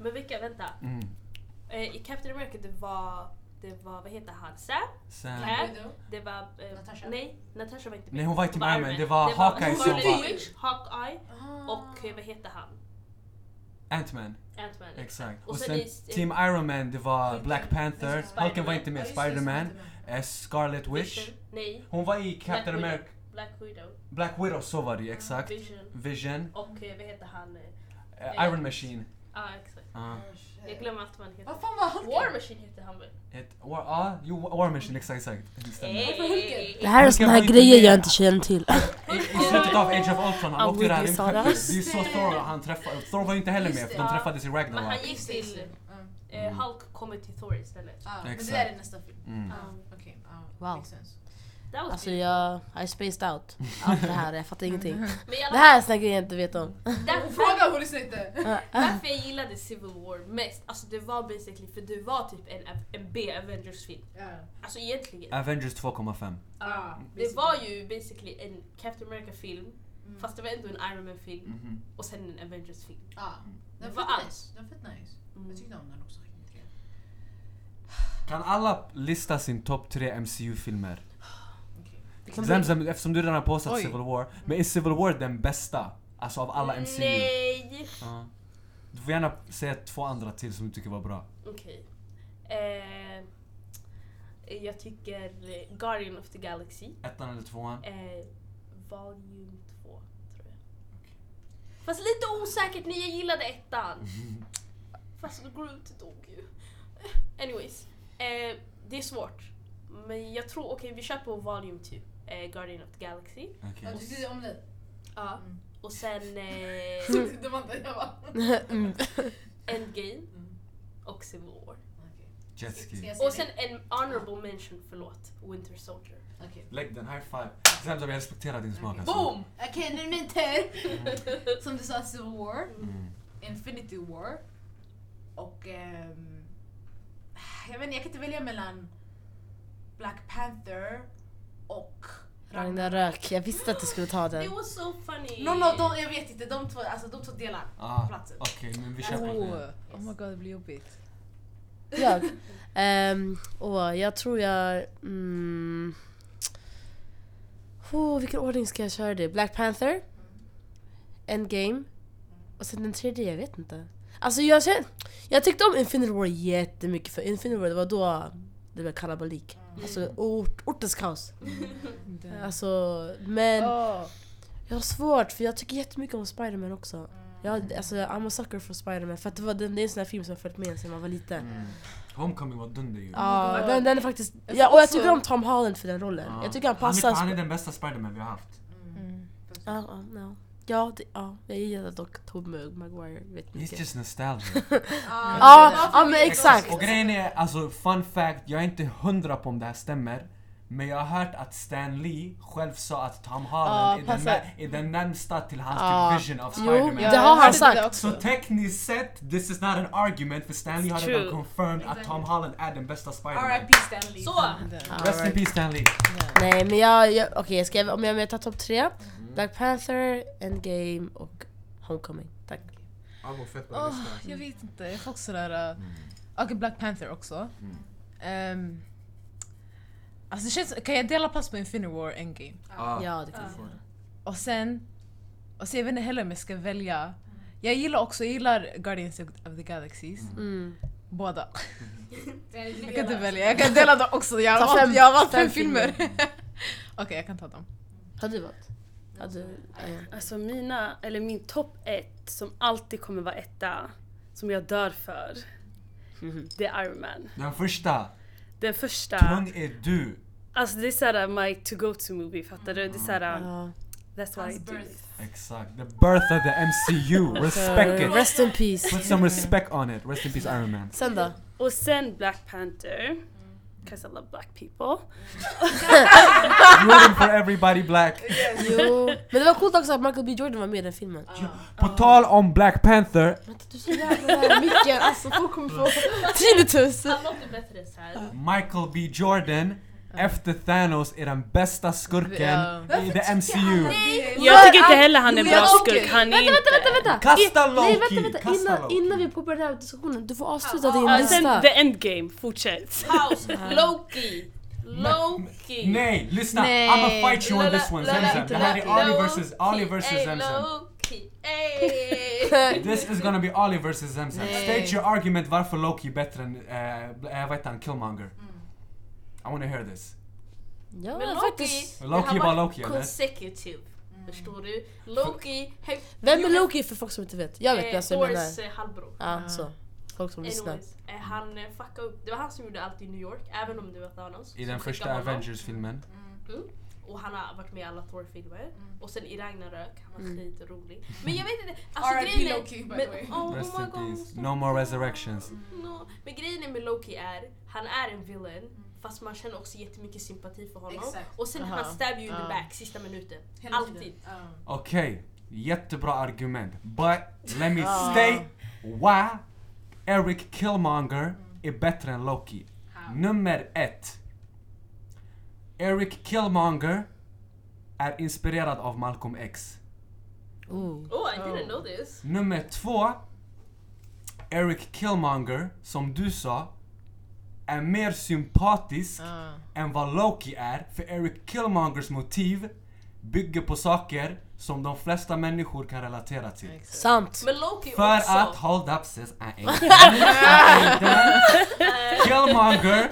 [SPEAKER 2] Men vilka, vänta.
[SPEAKER 5] Mm.
[SPEAKER 2] Eh, I Captain America det var det var, vad heter han, Sam?
[SPEAKER 5] Sen...
[SPEAKER 2] Cat.
[SPEAKER 4] Widow.
[SPEAKER 2] Det var... Eh,
[SPEAKER 4] Natasha.
[SPEAKER 2] Nej, Natasha var inte med.
[SPEAKER 5] Nej hon var inte med
[SPEAKER 2] Iron
[SPEAKER 5] mig,
[SPEAKER 2] Man.
[SPEAKER 5] det var Hawkeye
[SPEAKER 2] hon
[SPEAKER 5] som
[SPEAKER 2] var...
[SPEAKER 5] var...
[SPEAKER 2] Witch, Hawkeye och eh,
[SPEAKER 4] Ah.
[SPEAKER 2] vad heter han?
[SPEAKER 5] Ant-Man.
[SPEAKER 2] Ant-Man.
[SPEAKER 5] Exakt.
[SPEAKER 2] Och
[SPEAKER 5] Och
[SPEAKER 2] sen
[SPEAKER 5] sen
[SPEAKER 2] i-
[SPEAKER 5] Team Iron Man, det var Black Panther,
[SPEAKER 4] Spider-Man.
[SPEAKER 5] Hulken var inte med,
[SPEAKER 4] Ja, just det,
[SPEAKER 5] Spider-Man,
[SPEAKER 4] som inte är
[SPEAKER 5] eh, Scarlet Witch.
[SPEAKER 2] Vision. Nej,
[SPEAKER 5] Hon var i Captain
[SPEAKER 2] Black
[SPEAKER 5] America,
[SPEAKER 2] Black Widow.
[SPEAKER 5] Black Widow, så var det exakt.
[SPEAKER 2] Vision.
[SPEAKER 5] Vision,
[SPEAKER 2] Och eh, vad heter han? eh,
[SPEAKER 5] eh, Iron Machine. Uh,
[SPEAKER 2] Ja, exakt.
[SPEAKER 5] Ja.
[SPEAKER 4] med. Oh, shit.
[SPEAKER 2] Jag glömmer allt vad han heter.
[SPEAKER 4] Vad fan var Hulken?
[SPEAKER 2] War Machine heter han väl? Eh,
[SPEAKER 5] Ett, war, ah, jo, War Machine, exakt, exakt. Det stämmer.
[SPEAKER 2] Hey.
[SPEAKER 4] Varför Hulken?
[SPEAKER 3] Det här är
[SPEAKER 5] Vilka
[SPEAKER 3] såna här
[SPEAKER 5] var inte
[SPEAKER 3] grejer
[SPEAKER 5] med?
[SPEAKER 3] jag inte känner till.
[SPEAKER 5] I, I slutet av Age of Ultron, han
[SPEAKER 3] Ah,
[SPEAKER 5] åkte ju det här
[SPEAKER 3] Whitney
[SPEAKER 5] rymdskeppet. Det är
[SPEAKER 3] Saras.
[SPEAKER 5] ju så Thor han träffade, Thor var ju inte heller med för de
[SPEAKER 2] Ja.
[SPEAKER 5] träffades i
[SPEAKER 2] Men han
[SPEAKER 5] Ragnarok.
[SPEAKER 2] gick
[SPEAKER 4] Just det, just det.
[SPEAKER 2] till...
[SPEAKER 4] Ja.
[SPEAKER 2] Eh, Hulk kommer till Thor istället.
[SPEAKER 4] Ah, Men det
[SPEAKER 5] Exakt.
[SPEAKER 4] där är nästa film.
[SPEAKER 5] Mm.
[SPEAKER 4] Ah, Okej, ah,
[SPEAKER 3] Wow.
[SPEAKER 4] makes sense.
[SPEAKER 2] That was
[SPEAKER 3] Alltså
[SPEAKER 2] good.
[SPEAKER 3] jag, I spaced out. Allt det här, jag fattar ingenting.
[SPEAKER 2] Men i alla
[SPEAKER 3] Det här är såna grejer jag inte vet om.
[SPEAKER 2] Därför,
[SPEAKER 4] Fråga hon lyssnar inte!
[SPEAKER 3] Ah.
[SPEAKER 2] därför jag gillade Civil War mest, alltså det var basically för det var typ en, en B-Avengers-film.
[SPEAKER 4] Ja.
[SPEAKER 2] Alltså egentligen.
[SPEAKER 5] Mm. Avengers 2,5.
[SPEAKER 4] Ah,
[SPEAKER 2] Det var ju basically en Captain America-film,
[SPEAKER 4] Mm.
[SPEAKER 2] fast det var ändå en Iron Man-film
[SPEAKER 5] Mhm.
[SPEAKER 2] och sen en Avengers-film.
[SPEAKER 4] Ah,
[SPEAKER 2] Det
[SPEAKER 4] den
[SPEAKER 2] var
[SPEAKER 4] var fett
[SPEAKER 2] allt.
[SPEAKER 4] nice. Den var fett nice.
[SPEAKER 2] Mm.
[SPEAKER 4] Jag tyckte om den också. mycket.
[SPEAKER 5] Kan alla lista sin topp tre MCU-filmer?
[SPEAKER 4] Okej.
[SPEAKER 5] Zemzem, eftersom du redan har påstått
[SPEAKER 7] Oj.
[SPEAKER 5] Civil War, men är Civil War den bästa? Alltså av alla MCU?
[SPEAKER 2] Nej!
[SPEAKER 5] Ja. Du får gärna säga två andra till som du tycker var bra.
[SPEAKER 2] Okej. Eh, jag tycker eh, Guardian of the Galaxy,
[SPEAKER 5] Ettan eller tvåan?
[SPEAKER 2] eh, Volume 2, tror jag. Fast lite osäkert, ni jag gillade ettan. Fast Groot dog ju. Anyways, eh, det är svårt. Men jag tror, okej vi kör på Volume 2, eh, Guardian of the Galaxy.
[SPEAKER 5] Okej.
[SPEAKER 4] Ja, du tyckte om den?
[SPEAKER 2] Ja.
[SPEAKER 4] Mm.
[SPEAKER 2] Och sen eh,
[SPEAKER 4] Det var inte jag bara...
[SPEAKER 3] Mm.
[SPEAKER 2] Endgame
[SPEAKER 4] Mm.
[SPEAKER 2] och Civil War.
[SPEAKER 4] Okej. Ska
[SPEAKER 5] Jetski.
[SPEAKER 4] jag säga
[SPEAKER 2] Och sen
[SPEAKER 4] det?
[SPEAKER 2] en honorable mention, förlåt, Winter Soldier.
[SPEAKER 4] Okej.
[SPEAKER 5] Lägg den, high five. Zemzem, jag respekterar din smak alltså.
[SPEAKER 4] Boom! Okej, nu är min tur! Som du sa, Civil War,
[SPEAKER 5] Mm.
[SPEAKER 4] Infinity War och... ehm, jag vet inte, jag kan inte välja mellan Black Panther och
[SPEAKER 3] Ragnarök, jag visste att du skulle ta den.
[SPEAKER 2] It was so funny!
[SPEAKER 4] Någon av dem, jag vet inte, de två, alltså, de två delar
[SPEAKER 5] Ah,
[SPEAKER 4] på platsen. Alltså,
[SPEAKER 5] Okej, men vi kör på
[SPEAKER 7] Oh,
[SPEAKER 5] det.
[SPEAKER 7] oh my god, det blir jobbigt.
[SPEAKER 3] Jag? Ehm, åh, jag tror jag... Mm, oh, vilken ordning ska jag köra det? Black Panther, Endgame och sen den tredje, jag vet inte. Alltså jag, känner, jag tyckte om Infinity War jättemycket för Infinity War det var då det blev kalabalik. Alltså ort, ortens kaos. Alltså, men
[SPEAKER 7] Åh.
[SPEAKER 3] jag har svårt för jag tycker jättemycket om Spider-Man också. Jag, alltså, I'm a sucker for Spider-Man för att det, var, den- det är en sån här film som har följt med en sedan man var liten.
[SPEAKER 5] Homecoming var dunder ju.
[SPEAKER 3] Ja,
[SPEAKER 7] God.
[SPEAKER 3] den, den är faktiskt...
[SPEAKER 7] Jag
[SPEAKER 3] Ja, och jag
[SPEAKER 7] också-
[SPEAKER 3] tycker om Tom Holland för den rollen.
[SPEAKER 5] Ja.
[SPEAKER 3] Jag tycker han
[SPEAKER 5] Ah. han,
[SPEAKER 3] passar...
[SPEAKER 5] är, han är
[SPEAKER 3] sp-
[SPEAKER 5] den bästa Spiderman vi har haft.
[SPEAKER 3] Ja, ja, ja. Ja, det, ja, jag gillar dock Tobey Maguire vet
[SPEAKER 5] He's
[SPEAKER 3] mycket.
[SPEAKER 5] just nostalgic.
[SPEAKER 4] Ah,
[SPEAKER 3] Ja, ja men exakt!
[SPEAKER 5] Och grejen är, alltså fun fact, jag är inte hundra på om det här stämmer. Men jag har hört att Stan Lee själv sa att Tom
[SPEAKER 7] Ja,
[SPEAKER 5] Holland är, den,
[SPEAKER 7] passar.
[SPEAKER 5] nä- är den närmsta till hans
[SPEAKER 3] Ja.
[SPEAKER 5] typ vision av
[SPEAKER 3] Ah, Jo,
[SPEAKER 5] Spiderman.
[SPEAKER 3] det har han
[SPEAKER 7] hörde
[SPEAKER 3] sagt.
[SPEAKER 7] det också.
[SPEAKER 5] Så tekniskt sett, this is not an argument för Stan Lee har
[SPEAKER 6] It's
[SPEAKER 5] redan
[SPEAKER 6] true.
[SPEAKER 5] confirmed att Tom Holland är den bästa
[SPEAKER 7] Ah,
[SPEAKER 5] Spiderman.
[SPEAKER 4] R.I.P. Stanley.
[SPEAKER 2] Så!
[SPEAKER 5] Rest in peace Stan Lee.
[SPEAKER 3] Nej men jag... jag Okej, jag ska- om jag, om jag tar topp tre. Black Panther, Endgame och Homecoming. Tack.
[SPEAKER 8] Abo, fett bra
[SPEAKER 7] Åh,
[SPEAKER 8] lista.
[SPEAKER 7] jag vet inte, jag får också sådär... äh,
[SPEAKER 5] Mm.
[SPEAKER 7] Okej, Black Panther också. Ehm, alltså det känns, kan jag dela plats på Infinity War Endgame?
[SPEAKER 5] Ah.
[SPEAKER 3] Ja, det kan jag.
[SPEAKER 7] Och sen, och sen jag vet inte heller om jag ska välja. Jag gillar också, jag gillar Guardians of of the Galaxies.
[SPEAKER 3] Mm.
[SPEAKER 7] Båda. Jag
[SPEAKER 4] Jag
[SPEAKER 7] kan inte välja, jag kan dela dem också. Jag har
[SPEAKER 3] Ta fem-
[SPEAKER 7] valt, jag har valt
[SPEAKER 3] fem
[SPEAKER 7] fem, filmer. Okej, jag kan ta dem.
[SPEAKER 3] Har du valt? Har du... ja, ja.
[SPEAKER 6] Alltså mina, eller min topp ett som alltid kommer vara etta, som jag dör för.
[SPEAKER 3] Mm-hmm.
[SPEAKER 6] Det är Iron Man.
[SPEAKER 5] Den första,
[SPEAKER 6] Den första.
[SPEAKER 5] tung är du.
[SPEAKER 6] Alltså det är såhär my to go to movie, fattar du? Det är såhär,
[SPEAKER 3] Ja.
[SPEAKER 6] that's why I do this.
[SPEAKER 5] Exakt. The birth of the MCU. Respect
[SPEAKER 3] Eh,
[SPEAKER 5] it.
[SPEAKER 3] Rest in peace.
[SPEAKER 5] Put some respect on it. Rest in peace Iron Man.
[SPEAKER 3] Sen då?
[SPEAKER 6] Och sen Black Panther. Cause I love black people.
[SPEAKER 5] Rooting for everybody black.
[SPEAKER 3] Jo. Men det var coolt också att Michael B Jordan var med i den filmen.
[SPEAKER 5] På tal
[SPEAKER 2] Oh.
[SPEAKER 5] om Black Panther,
[SPEAKER 3] Vänta du är så jävla nära micken, alltså folk kommer få tinnitus!
[SPEAKER 2] Han låter bättre så här.
[SPEAKER 5] Michael B Jordan
[SPEAKER 2] Oh.
[SPEAKER 5] Efter Thanos är den bästa skurken
[SPEAKER 7] Ja.
[SPEAKER 5] i the MCU.
[SPEAKER 6] Jag tycker inte heller han är en bra
[SPEAKER 4] Loki.
[SPEAKER 6] skurk, han är
[SPEAKER 3] Vänta,
[SPEAKER 6] inte...
[SPEAKER 3] vänta, vänta!
[SPEAKER 5] Kasta
[SPEAKER 3] I- Nej,
[SPEAKER 5] Loki,
[SPEAKER 3] vänta, vänta!
[SPEAKER 5] kasta
[SPEAKER 3] Innan,
[SPEAKER 5] Loki.
[SPEAKER 3] innan vi påbörjar den här diskussionen, du får avsluta
[SPEAKER 4] Ja,
[SPEAKER 3] din
[SPEAKER 4] ja,
[SPEAKER 6] Ja,
[SPEAKER 3] lista.
[SPEAKER 6] sen the endgame, fortsätt.
[SPEAKER 2] Paus! Loki! Loki!
[SPEAKER 5] Nej, lyssna!
[SPEAKER 7] Nej.
[SPEAKER 5] I'mma fight you on
[SPEAKER 2] Lola-
[SPEAKER 5] this one
[SPEAKER 2] Lola-
[SPEAKER 5] Zemzem. Det här är
[SPEAKER 2] Lola-
[SPEAKER 5] Ali versus Ali
[SPEAKER 2] Loki,
[SPEAKER 5] versus
[SPEAKER 2] ey,
[SPEAKER 5] Zemzem.
[SPEAKER 2] Loki! Ey!
[SPEAKER 5] This is gonna be Ali versus Zemzem.
[SPEAKER 7] Nej.
[SPEAKER 5] State your argument varför Loki är bättre än, eh, eh, vad heter han, Killmonger.
[SPEAKER 2] Mm.
[SPEAKER 5] I wanna hear this.
[SPEAKER 3] Ja,
[SPEAKER 2] Men Loki,
[SPEAKER 3] faktiskt.
[SPEAKER 2] det
[SPEAKER 5] Loki
[SPEAKER 2] har
[SPEAKER 5] var
[SPEAKER 2] varit
[SPEAKER 5] Loki, eller?
[SPEAKER 2] consecutive. Förstår du? Loki, högt...
[SPEAKER 3] Vem är Loki för folk som inte vet? Jag vet
[SPEAKER 2] Eh,
[SPEAKER 3] vem som menar.
[SPEAKER 2] Thors eh, halvbror.
[SPEAKER 3] Ja, så. Folk som lyssnar.
[SPEAKER 2] Anyways, eh, han eh, fuckade upp. Det var han som gjorde allt i New York, även om det var Thanos.
[SPEAKER 5] I
[SPEAKER 2] som
[SPEAKER 5] den första
[SPEAKER 2] skickade honom.
[SPEAKER 5] Avengers-filmen.
[SPEAKER 4] Mm.
[SPEAKER 2] Och han har varit med i alla Thor-filmer. Och sen i Ragnarök, han var
[SPEAKER 3] Mm.
[SPEAKER 2] skitrolig. Men jag vet inte, alltså
[SPEAKER 4] R.I.P.
[SPEAKER 2] grejen är...
[SPEAKER 4] Loki by the way.
[SPEAKER 2] Men, oh,
[SPEAKER 5] Rest
[SPEAKER 2] oh my
[SPEAKER 5] in
[SPEAKER 2] God,
[SPEAKER 5] peace.
[SPEAKER 2] stop.
[SPEAKER 5] No more resurrections.
[SPEAKER 2] No. Men grejen är med Loki är, han är en villain. Fast man känner också jättemycket sympati för honom.
[SPEAKER 4] Mm. Exakt.
[SPEAKER 2] Och sen
[SPEAKER 7] Aha.
[SPEAKER 2] han stab you in the
[SPEAKER 7] Ja.
[SPEAKER 2] back sista minuten.
[SPEAKER 4] Hela
[SPEAKER 2] Alltid.
[SPEAKER 4] tiden. Ja.
[SPEAKER 5] Okej, jättebra argument. But let me state why Eric
[SPEAKER 2] Mm.
[SPEAKER 5] Killmonger är bättre än Loki.
[SPEAKER 4] How?
[SPEAKER 5] Nummer ett. Eric Killmonger är inspirerad av Malcolm X.
[SPEAKER 3] Ooh.
[SPEAKER 2] Oh, I didn't know this.
[SPEAKER 5] Nummer två. Eric Killmonger, som du sa, är mer sympatisk
[SPEAKER 7] Ja.
[SPEAKER 5] än vad Loki är. För Eric Killmongers motiv bygger på saker som de flesta människor kan relatera till.
[SPEAKER 7] Exakt.
[SPEAKER 3] Sant!
[SPEAKER 2] Men Loki
[SPEAKER 5] För
[SPEAKER 2] också.
[SPEAKER 5] att, hold up sis, I ain't done. I ain't done. Killmonger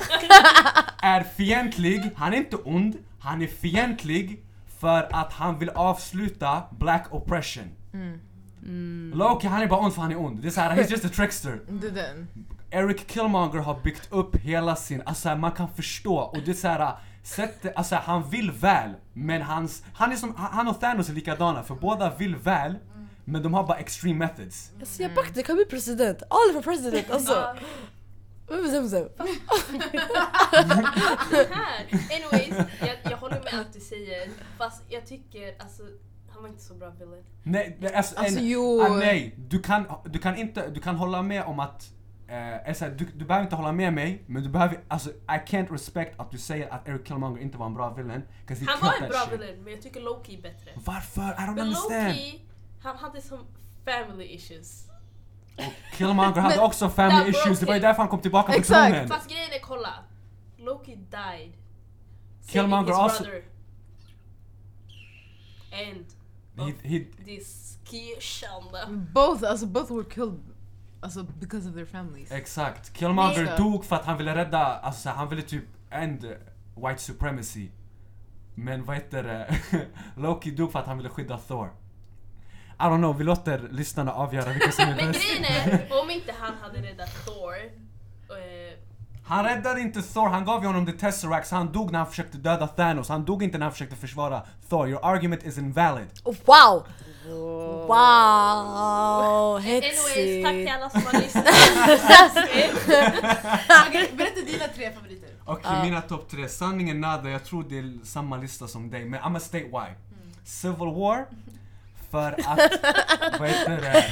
[SPEAKER 5] är fientlig, han är inte ond, han är fientlig för att han vill avsluta black oppression. Loki han är bara ond för han är ond. Det är såhär, he's just a trickster.
[SPEAKER 7] Det är den.
[SPEAKER 5] Eric Killmonger har byggt upp hela sin, alltså man kan förstå och det är såhär Sätt, alltså han vill väl men hans, han är som, han och Thanos är likadana för båda vill väl men de har bara extreme methods.
[SPEAKER 3] Alltså jag backar, det kan bli president. All for president alltså! Vem är Zemzem?
[SPEAKER 2] här. Anyways, jag, jag håller med allt du säger. Fast jag tycker alltså, han var inte så bra villain.
[SPEAKER 5] Nej, det- alltså,
[SPEAKER 7] Alltså,
[SPEAKER 5] en,
[SPEAKER 7] jo.
[SPEAKER 5] ah, nej. Du kan, du kan inte, du kan hålla med om att eh, alltså, du, du behöver inte hålla med mig, men du behöver, alltså I can't respect att du säger att Eric Killmonger inte var en bra villain. 'cause he
[SPEAKER 2] Han
[SPEAKER 5] killed
[SPEAKER 2] var en
[SPEAKER 5] that
[SPEAKER 2] bra
[SPEAKER 5] shit.
[SPEAKER 2] villain men jag tycker Loki är bättre.
[SPEAKER 5] Varför? I don't
[SPEAKER 2] Men
[SPEAKER 5] understand.
[SPEAKER 2] Loki, han hade som family issues.
[SPEAKER 5] Killmonger hade
[SPEAKER 7] Men-
[SPEAKER 5] också family
[SPEAKER 2] Där
[SPEAKER 5] issues, det var
[SPEAKER 2] broke
[SPEAKER 5] ju
[SPEAKER 2] it.
[SPEAKER 5] därför han kom tillbaka till
[SPEAKER 7] Exakt.
[SPEAKER 5] tronen.
[SPEAKER 2] Fast grejen är kolla, Loki died.
[SPEAKER 5] Killmonger
[SPEAKER 2] Saving his
[SPEAKER 5] also-
[SPEAKER 2] brother. And
[SPEAKER 5] He, he,
[SPEAKER 2] this
[SPEAKER 5] Mm.
[SPEAKER 2] skikande.
[SPEAKER 7] Both, alltså both were killed alltså, because of their families.
[SPEAKER 5] exakt. Killmonger
[SPEAKER 7] Nej.
[SPEAKER 5] dog för att han ville rädda, alltså han ville typ end eh, white supremacy. Men vad heter det? Loki dog för att han ville skydda Thor. I don't know, vi låter lyssnarna avgöra vilka som är
[SPEAKER 2] Men
[SPEAKER 5] bäst.
[SPEAKER 2] grejen är, om inte han hade räddat Thor, eh,
[SPEAKER 5] Han räddade inte Thor, han gav ju honom the Tesseract, han dog när han försökte döda Thanos, han dog inte när han försökte försvara Thor. Your argument is invalid.
[SPEAKER 3] Wow! Wow!
[SPEAKER 2] Anyways,
[SPEAKER 3] Hetsigt!
[SPEAKER 2] tack till alla som har lyssnat.
[SPEAKER 4] Okej, berätta dina tre favoriter.
[SPEAKER 5] Okej, mina topp tre. Sanningen nada, jag tror det är samma lista som dig, men I'ma state why.
[SPEAKER 2] Mm.
[SPEAKER 5] Civil War, för att... vad heter det?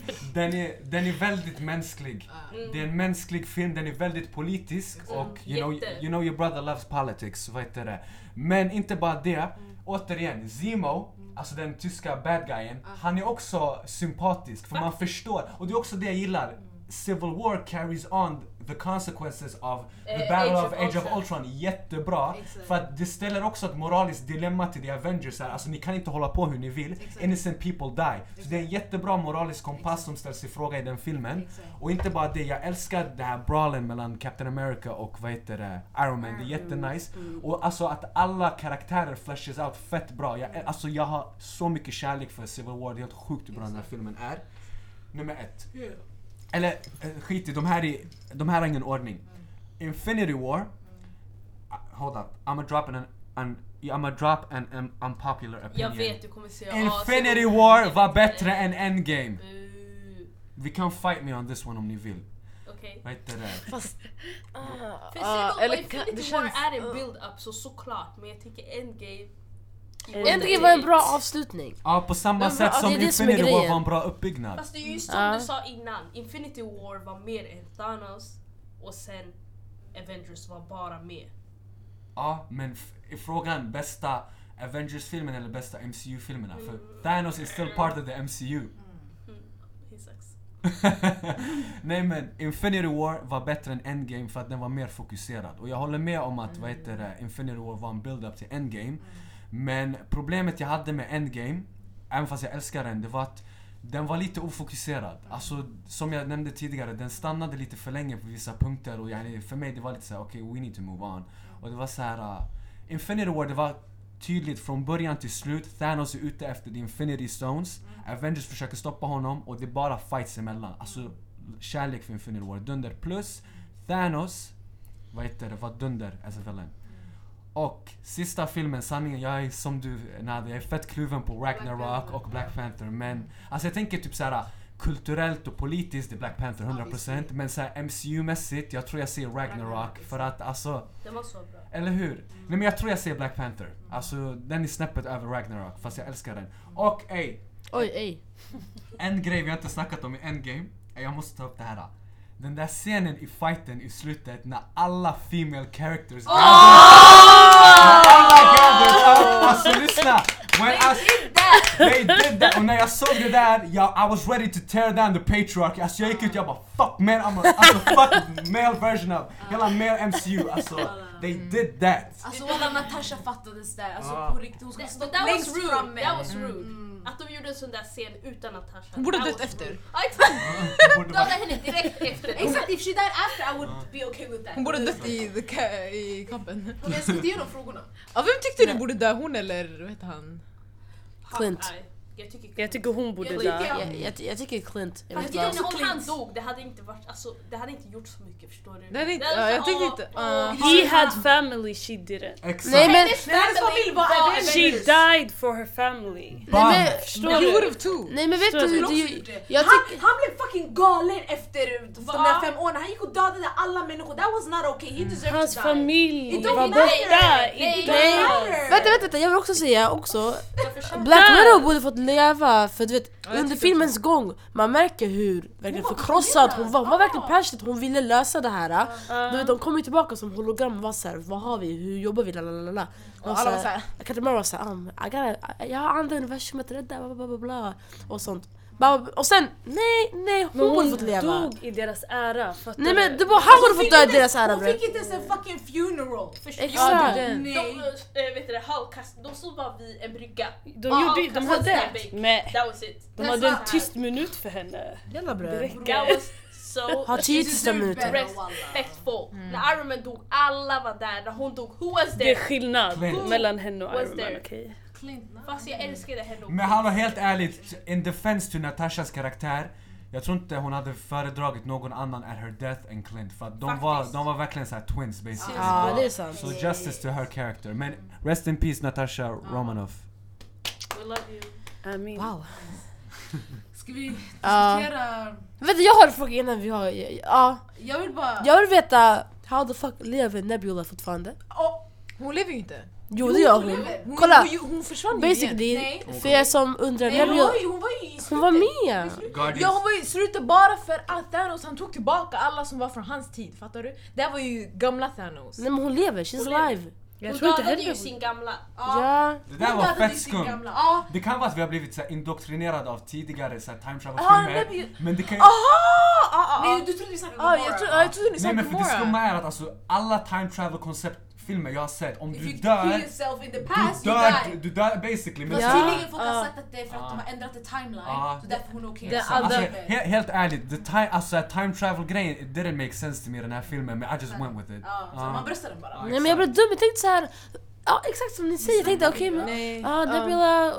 [SPEAKER 5] Den är, den är väldigt mänsklig. Det är en mänsklig film, den är väldigt politisk och you know,
[SPEAKER 2] Mm. Jätte.
[SPEAKER 5] you know your brother loves politics, vad heter det? Men inte bara det,
[SPEAKER 2] Mm.
[SPEAKER 5] återigen, Zemo, alltså den tyska bad guyen, han är också sympatisk för man förstår. Och det är också det jag gillar.
[SPEAKER 2] Mm.
[SPEAKER 5] Civil War carries on the consequences of the
[SPEAKER 2] Eh,
[SPEAKER 5] battle
[SPEAKER 2] Age
[SPEAKER 5] of
[SPEAKER 2] of
[SPEAKER 5] Age of
[SPEAKER 2] Ultron.
[SPEAKER 5] Ultron jättebra.
[SPEAKER 4] Exakt.
[SPEAKER 5] För att det ställer också ett moraliskt dilemma till the Avengers här. Alltså ni kan inte hålla på hur ni vill.
[SPEAKER 4] Exakt.
[SPEAKER 5] Innocent people die. Så det är en jättebra moralisk kompass som ställs i fråga i den filmen.
[SPEAKER 4] Exakt.
[SPEAKER 5] Och inte bara det, jag älskar det här brawlen mellan Captain America och vad heter det, Iron Man. Det är jättenice. Och alltså att alla karaktärer flashes out fett bra. Jag, alltså jag har så mycket kärlek för Civil War, det är helt sjukt hur bra den här filmen är. Nummer ett. Eller eh, skit i, de här, är, de här har ingen ordning.
[SPEAKER 3] Mm.
[SPEAKER 5] Infinity War. Uh, hold up, I'ma drop an, an I'ma drop an, an unpopular opinion.
[SPEAKER 2] Jag vet du kommer säga
[SPEAKER 5] Infinity
[SPEAKER 2] "Ah, så-
[SPEAKER 5] War var bättre än Endgame.
[SPEAKER 2] Uh,
[SPEAKER 5] Vi kan fight me on this one om ni vill.
[SPEAKER 2] Okej.
[SPEAKER 5] Vad heter det?
[SPEAKER 2] För
[SPEAKER 7] Ah,
[SPEAKER 2] Civil
[SPEAKER 7] eller
[SPEAKER 2] War,
[SPEAKER 7] kan- det
[SPEAKER 2] Infinity War
[SPEAKER 7] känns- ah.
[SPEAKER 2] är en build-up så såklart men jag tycker Endgame...
[SPEAKER 3] Äntligen var en bra avslutning.
[SPEAKER 5] Ja, på samma
[SPEAKER 3] Men
[SPEAKER 5] sätt
[SPEAKER 3] bra,
[SPEAKER 5] som
[SPEAKER 3] det är det som är
[SPEAKER 5] Infinity War
[SPEAKER 3] grejen.
[SPEAKER 5] var en bra uppbyggnad.
[SPEAKER 2] Fast det är ju som
[SPEAKER 3] Ja.
[SPEAKER 2] du sa innan, Infinity War var mer än Thanos och sen Avengers var bara med.
[SPEAKER 5] ja, men f- i frågan bästa Avengers-filmen eller bästa MCU-filmerna? För Thanos is still part of the MCU.
[SPEAKER 2] He sucks.
[SPEAKER 5] Nej men Infinity War var bättre än Endgame för att den var mer fokuserad. Och jag håller med om att vad heter det, Infinity War var en build-up till Endgame. Men problemet jag hade med Endgame, även fast jag älskar den, det var att den var lite ofokuserad. Alltså som jag nämnde tidigare, den stannade lite för länge på vissa punkter och yani, för mig det var lite såhär okej we need to move on. Och det var så här. Uh, Infinity War det var tydligt från början till slut. Thanos är ute efter the Infinity Stones. Avengers försöker stoppa honom och det är bara fights emellan. Alltså kärlek för Infinity War. Dunder plus Thanos, vad heter det, var dunder as a villain. Och sista filmen, sanningen, jag är som du Nadia, jag är fett kluven på Ragnarok och Black Panther men alltså jag tänker typ såhär kulturellt och politiskt är Black Panther 100% men såhär MCU-mässigt, jag tror jag ser Ragnarok för att alltså
[SPEAKER 2] Den var så bra.
[SPEAKER 5] eller hur? Nej men jag tror jag ser Black Panther. Alltså den är snäppet över Ragnarok fast jag älskar den. Och ey,
[SPEAKER 3] Oj, ej.
[SPEAKER 5] en grej vi har inte snackat om i Endgame. Ey, Jag måste ta upp det här. Den där scenen i fighten i slutet när alla female characters oh! alla gathers up. Alltså lyssna! When I, they did that! Och när jag såg det där, jag, I was ready to tear down the patriarchy. Alltså jag gick ut jag bara fuck man, I'm a, alltså fuck male version of hela male MCU. Alltså they did that.
[SPEAKER 4] Alltså walla Natasha fattades där, alltså
[SPEAKER 5] Ah.
[SPEAKER 4] på riktigt. Hon ska
[SPEAKER 2] That,
[SPEAKER 4] stå
[SPEAKER 2] but that was
[SPEAKER 4] längst Mm,
[SPEAKER 2] rude.
[SPEAKER 4] framme.
[SPEAKER 2] That was rude. Att de gjorde en sån där scen utan Natasha.
[SPEAKER 7] Hon borde
[SPEAKER 2] That
[SPEAKER 7] dött
[SPEAKER 2] was
[SPEAKER 7] efter.
[SPEAKER 2] rude. Ja exakt!
[SPEAKER 5] Borde vara-
[SPEAKER 2] Döda henne direkt efter.
[SPEAKER 4] Exakt, if she died after I would be okay with that.
[SPEAKER 7] Hon borde dött i, the ca- i kampen.
[SPEAKER 4] Hon ens inte igenom frågorna.
[SPEAKER 7] Ja, vem tyckte ni borde dö? Hon eller vad heter han?
[SPEAKER 3] Clint.
[SPEAKER 2] Han- nej, Jag tycker Clint.
[SPEAKER 6] Jag tycker hon borde
[SPEAKER 2] Jag
[SPEAKER 6] dö.
[SPEAKER 2] tycker-
[SPEAKER 3] Jag, jag, jag tycker Clint. Jag
[SPEAKER 2] Jag
[SPEAKER 3] vet
[SPEAKER 2] tycker
[SPEAKER 3] inte
[SPEAKER 2] också
[SPEAKER 3] vad.
[SPEAKER 2] om han dog, det hade inte varit, alltså, det hade inte gjort så mycket förstår du.
[SPEAKER 7] Det hade inte-
[SPEAKER 2] varit
[SPEAKER 7] ja, jag
[SPEAKER 2] så här,
[SPEAKER 7] tyckte inte-
[SPEAKER 2] åh,
[SPEAKER 7] ja.
[SPEAKER 2] åh,
[SPEAKER 6] He had family, she didn't.
[SPEAKER 5] Exakt.
[SPEAKER 3] Nej men,
[SPEAKER 4] Men hennes familj var Avengers.
[SPEAKER 6] She died for her family.
[SPEAKER 5] Bam.
[SPEAKER 3] nej men,
[SPEAKER 6] Förstår
[SPEAKER 7] You would
[SPEAKER 6] du?
[SPEAKER 7] have too!
[SPEAKER 3] nej men vet du,
[SPEAKER 6] Så-
[SPEAKER 4] Jag skulle också
[SPEAKER 3] det,
[SPEAKER 4] gjort det.
[SPEAKER 3] jag
[SPEAKER 4] han,
[SPEAKER 3] tycker...
[SPEAKER 4] han blev fucking galen efter de
[SPEAKER 2] Va?
[SPEAKER 4] där fem åren. Han gick och dödade alla människor. That was not okay. He deserved
[SPEAKER 6] Hans
[SPEAKER 4] to die.
[SPEAKER 6] familj
[SPEAKER 4] It don't
[SPEAKER 6] var
[SPEAKER 4] matter.
[SPEAKER 6] borta
[SPEAKER 2] Nej,
[SPEAKER 6] i
[SPEAKER 3] nej.
[SPEAKER 6] döden.
[SPEAKER 3] Vänta, vänta, vänta, jag vill också säga också,
[SPEAKER 2] jag förstår.
[SPEAKER 3] Black
[SPEAKER 6] Där!
[SPEAKER 3] Widow borde fått leva för du vet,
[SPEAKER 7] jag
[SPEAKER 3] under
[SPEAKER 7] tycker
[SPEAKER 3] filmens gång, man märker hur verkligen
[SPEAKER 4] Hon var
[SPEAKER 3] förkrossad hon
[SPEAKER 4] passionerad.
[SPEAKER 3] var, hon var
[SPEAKER 4] Ja.
[SPEAKER 3] verkligen passionate, hon ville lösa det här. Du vet, de kom ju tillbaka som hologram och var såhär, vad har vi, hur jobbar vi, lalalala.
[SPEAKER 7] Och alla var såhär,
[SPEAKER 3] Captain Marvel var såhär, um, I gotta, jag har andra universum att rädda, bla bla bla bla och sånt. Bara- Och sen, nej, nej,
[SPEAKER 6] Men
[SPEAKER 3] hon borde
[SPEAKER 6] hon
[SPEAKER 3] fått leva.
[SPEAKER 6] dog i deras ära, fattar
[SPEAKER 3] Nej men
[SPEAKER 6] du?
[SPEAKER 3] det var, han
[SPEAKER 4] Hon
[SPEAKER 3] borde fått
[SPEAKER 4] fick
[SPEAKER 3] dö i
[SPEAKER 4] inte ens-
[SPEAKER 3] deras ära
[SPEAKER 4] Hon
[SPEAKER 3] bre.
[SPEAKER 4] fick inte ens en fucking funeral.
[SPEAKER 2] Förstår du?
[SPEAKER 3] Exakt.
[SPEAKER 7] det är den.
[SPEAKER 4] Nej.
[SPEAKER 2] De, eh, vet du det, Hulk kast- de stod bara vid en brygga.
[SPEAKER 6] De
[SPEAKER 2] Ah,
[SPEAKER 6] gjorde de
[SPEAKER 2] kastade
[SPEAKER 6] hade
[SPEAKER 2] en bänk.
[SPEAKER 6] Nej.
[SPEAKER 2] That was it.
[SPEAKER 6] De hade en tyst minut för henne.
[SPEAKER 3] Jalla
[SPEAKER 6] Det
[SPEAKER 3] bre.
[SPEAKER 2] That
[SPEAKER 6] räcker.
[SPEAKER 2] was so
[SPEAKER 3] Ha tio till
[SPEAKER 4] She
[SPEAKER 3] fem
[SPEAKER 4] deserved
[SPEAKER 3] minuter.
[SPEAKER 4] better,
[SPEAKER 2] Rest-
[SPEAKER 4] walla.
[SPEAKER 2] respectful.
[SPEAKER 6] Mm.
[SPEAKER 2] När Iron Man dog, alla var där. När hon dog, who was
[SPEAKER 6] Det är
[SPEAKER 2] there?
[SPEAKER 6] skillnad
[SPEAKER 5] Clint.
[SPEAKER 6] mellan henne och
[SPEAKER 2] Was
[SPEAKER 6] Iron Man,
[SPEAKER 2] there?
[SPEAKER 6] okej?
[SPEAKER 4] Clint, nej.
[SPEAKER 2] Fast jag älskade henne.
[SPEAKER 5] Men hallå helt ärligt, in defense to Natashas karaktär jag tror inte hon hade föredragit någon annan at her death än Clint för att de, var,
[SPEAKER 2] Faktiskt.
[SPEAKER 5] de var verkligen såhär twins basically.
[SPEAKER 3] Ja det är sant.
[SPEAKER 5] Så justice to her character. Men rest in peace Natasha Romanoff.
[SPEAKER 2] We love you.
[SPEAKER 6] I mean.
[SPEAKER 3] Wow.
[SPEAKER 4] Ska vi
[SPEAKER 3] Ja.
[SPEAKER 4] diskutera?
[SPEAKER 3] Vänta jag har en fråga innan vi har, ja, ja.
[SPEAKER 4] Jag vill bara...
[SPEAKER 3] Jag vill veta, how the fuck lever Nebula fortfarande?
[SPEAKER 4] Åh,
[SPEAKER 7] hon lever ju inte.
[SPEAKER 3] Jo det gör hon.
[SPEAKER 4] lever.
[SPEAKER 7] Hon,
[SPEAKER 3] Kolla.
[SPEAKER 7] hon, hon försvann ju igen.
[SPEAKER 3] Basically,
[SPEAKER 4] Nej.
[SPEAKER 3] för er som undrar,
[SPEAKER 4] nej, hon,
[SPEAKER 3] Nebula,
[SPEAKER 4] var ju, hon var ju i slutet.
[SPEAKER 3] hon var med!
[SPEAKER 7] Ja hon var ju i slutet bara för att Thanos han tog tillbaka alla som var från hans tid, fattar du? Det här var ju gamla Thanos.
[SPEAKER 3] Nej men hon lever, she's
[SPEAKER 2] lever.
[SPEAKER 3] alive!
[SPEAKER 6] Jag
[SPEAKER 2] hon
[SPEAKER 6] tror inte
[SPEAKER 2] dödade
[SPEAKER 6] heller
[SPEAKER 2] ju
[SPEAKER 6] hon-
[SPEAKER 2] sin gamla.
[SPEAKER 3] Ja,
[SPEAKER 5] Det där
[SPEAKER 4] Hon
[SPEAKER 5] var
[SPEAKER 4] dödade
[SPEAKER 5] fett
[SPEAKER 4] ju sin
[SPEAKER 5] skumt.
[SPEAKER 4] gamla. Ja.
[SPEAKER 5] Det kan vara att vi har blivit så här indoktrinerade av tidigare så här time travel
[SPEAKER 7] Ah, nej,
[SPEAKER 5] filmer. Men det kan
[SPEAKER 7] Aha! Ah, ah, ah.
[SPEAKER 4] Nej du trodde vi snackade
[SPEAKER 7] Ah,
[SPEAKER 4] om
[SPEAKER 7] jag,
[SPEAKER 4] Gamora.
[SPEAKER 7] tro, ah, jag trodde ni sa
[SPEAKER 5] Nej men för det skumma
[SPEAKER 7] Gomorra.
[SPEAKER 5] är att alltså alla time travel konceptfilmer jag har sett, om
[SPEAKER 4] If
[SPEAKER 5] du
[SPEAKER 4] you kill
[SPEAKER 5] dör,
[SPEAKER 4] yourself in the
[SPEAKER 5] du
[SPEAKER 4] past you
[SPEAKER 5] dör,
[SPEAKER 4] die.
[SPEAKER 5] du dör basically. Men
[SPEAKER 4] Fast
[SPEAKER 3] Ja.
[SPEAKER 4] tydligen folk
[SPEAKER 3] Ah.
[SPEAKER 4] har sagt att det är för att de
[SPEAKER 5] Ah.
[SPEAKER 4] har ändrat the timeline,
[SPEAKER 5] Ah.
[SPEAKER 4] så därför hon är okej.
[SPEAKER 6] Det
[SPEAKER 4] Så
[SPEAKER 6] andra-
[SPEAKER 5] Alltså,
[SPEAKER 4] alla-
[SPEAKER 5] he helt ärligt, the time, alltså, time travel grejen, it didn't make sense to me i den här filmen men I just went with it.
[SPEAKER 4] Ja, så
[SPEAKER 5] Ah.
[SPEAKER 4] man bröstar den bara.
[SPEAKER 3] nej men jag blev dum, jag tänkte såhär, ja exakt som ni säger, jag tänkte okej men
[SPEAKER 7] Nej.
[SPEAKER 3] ja Nebula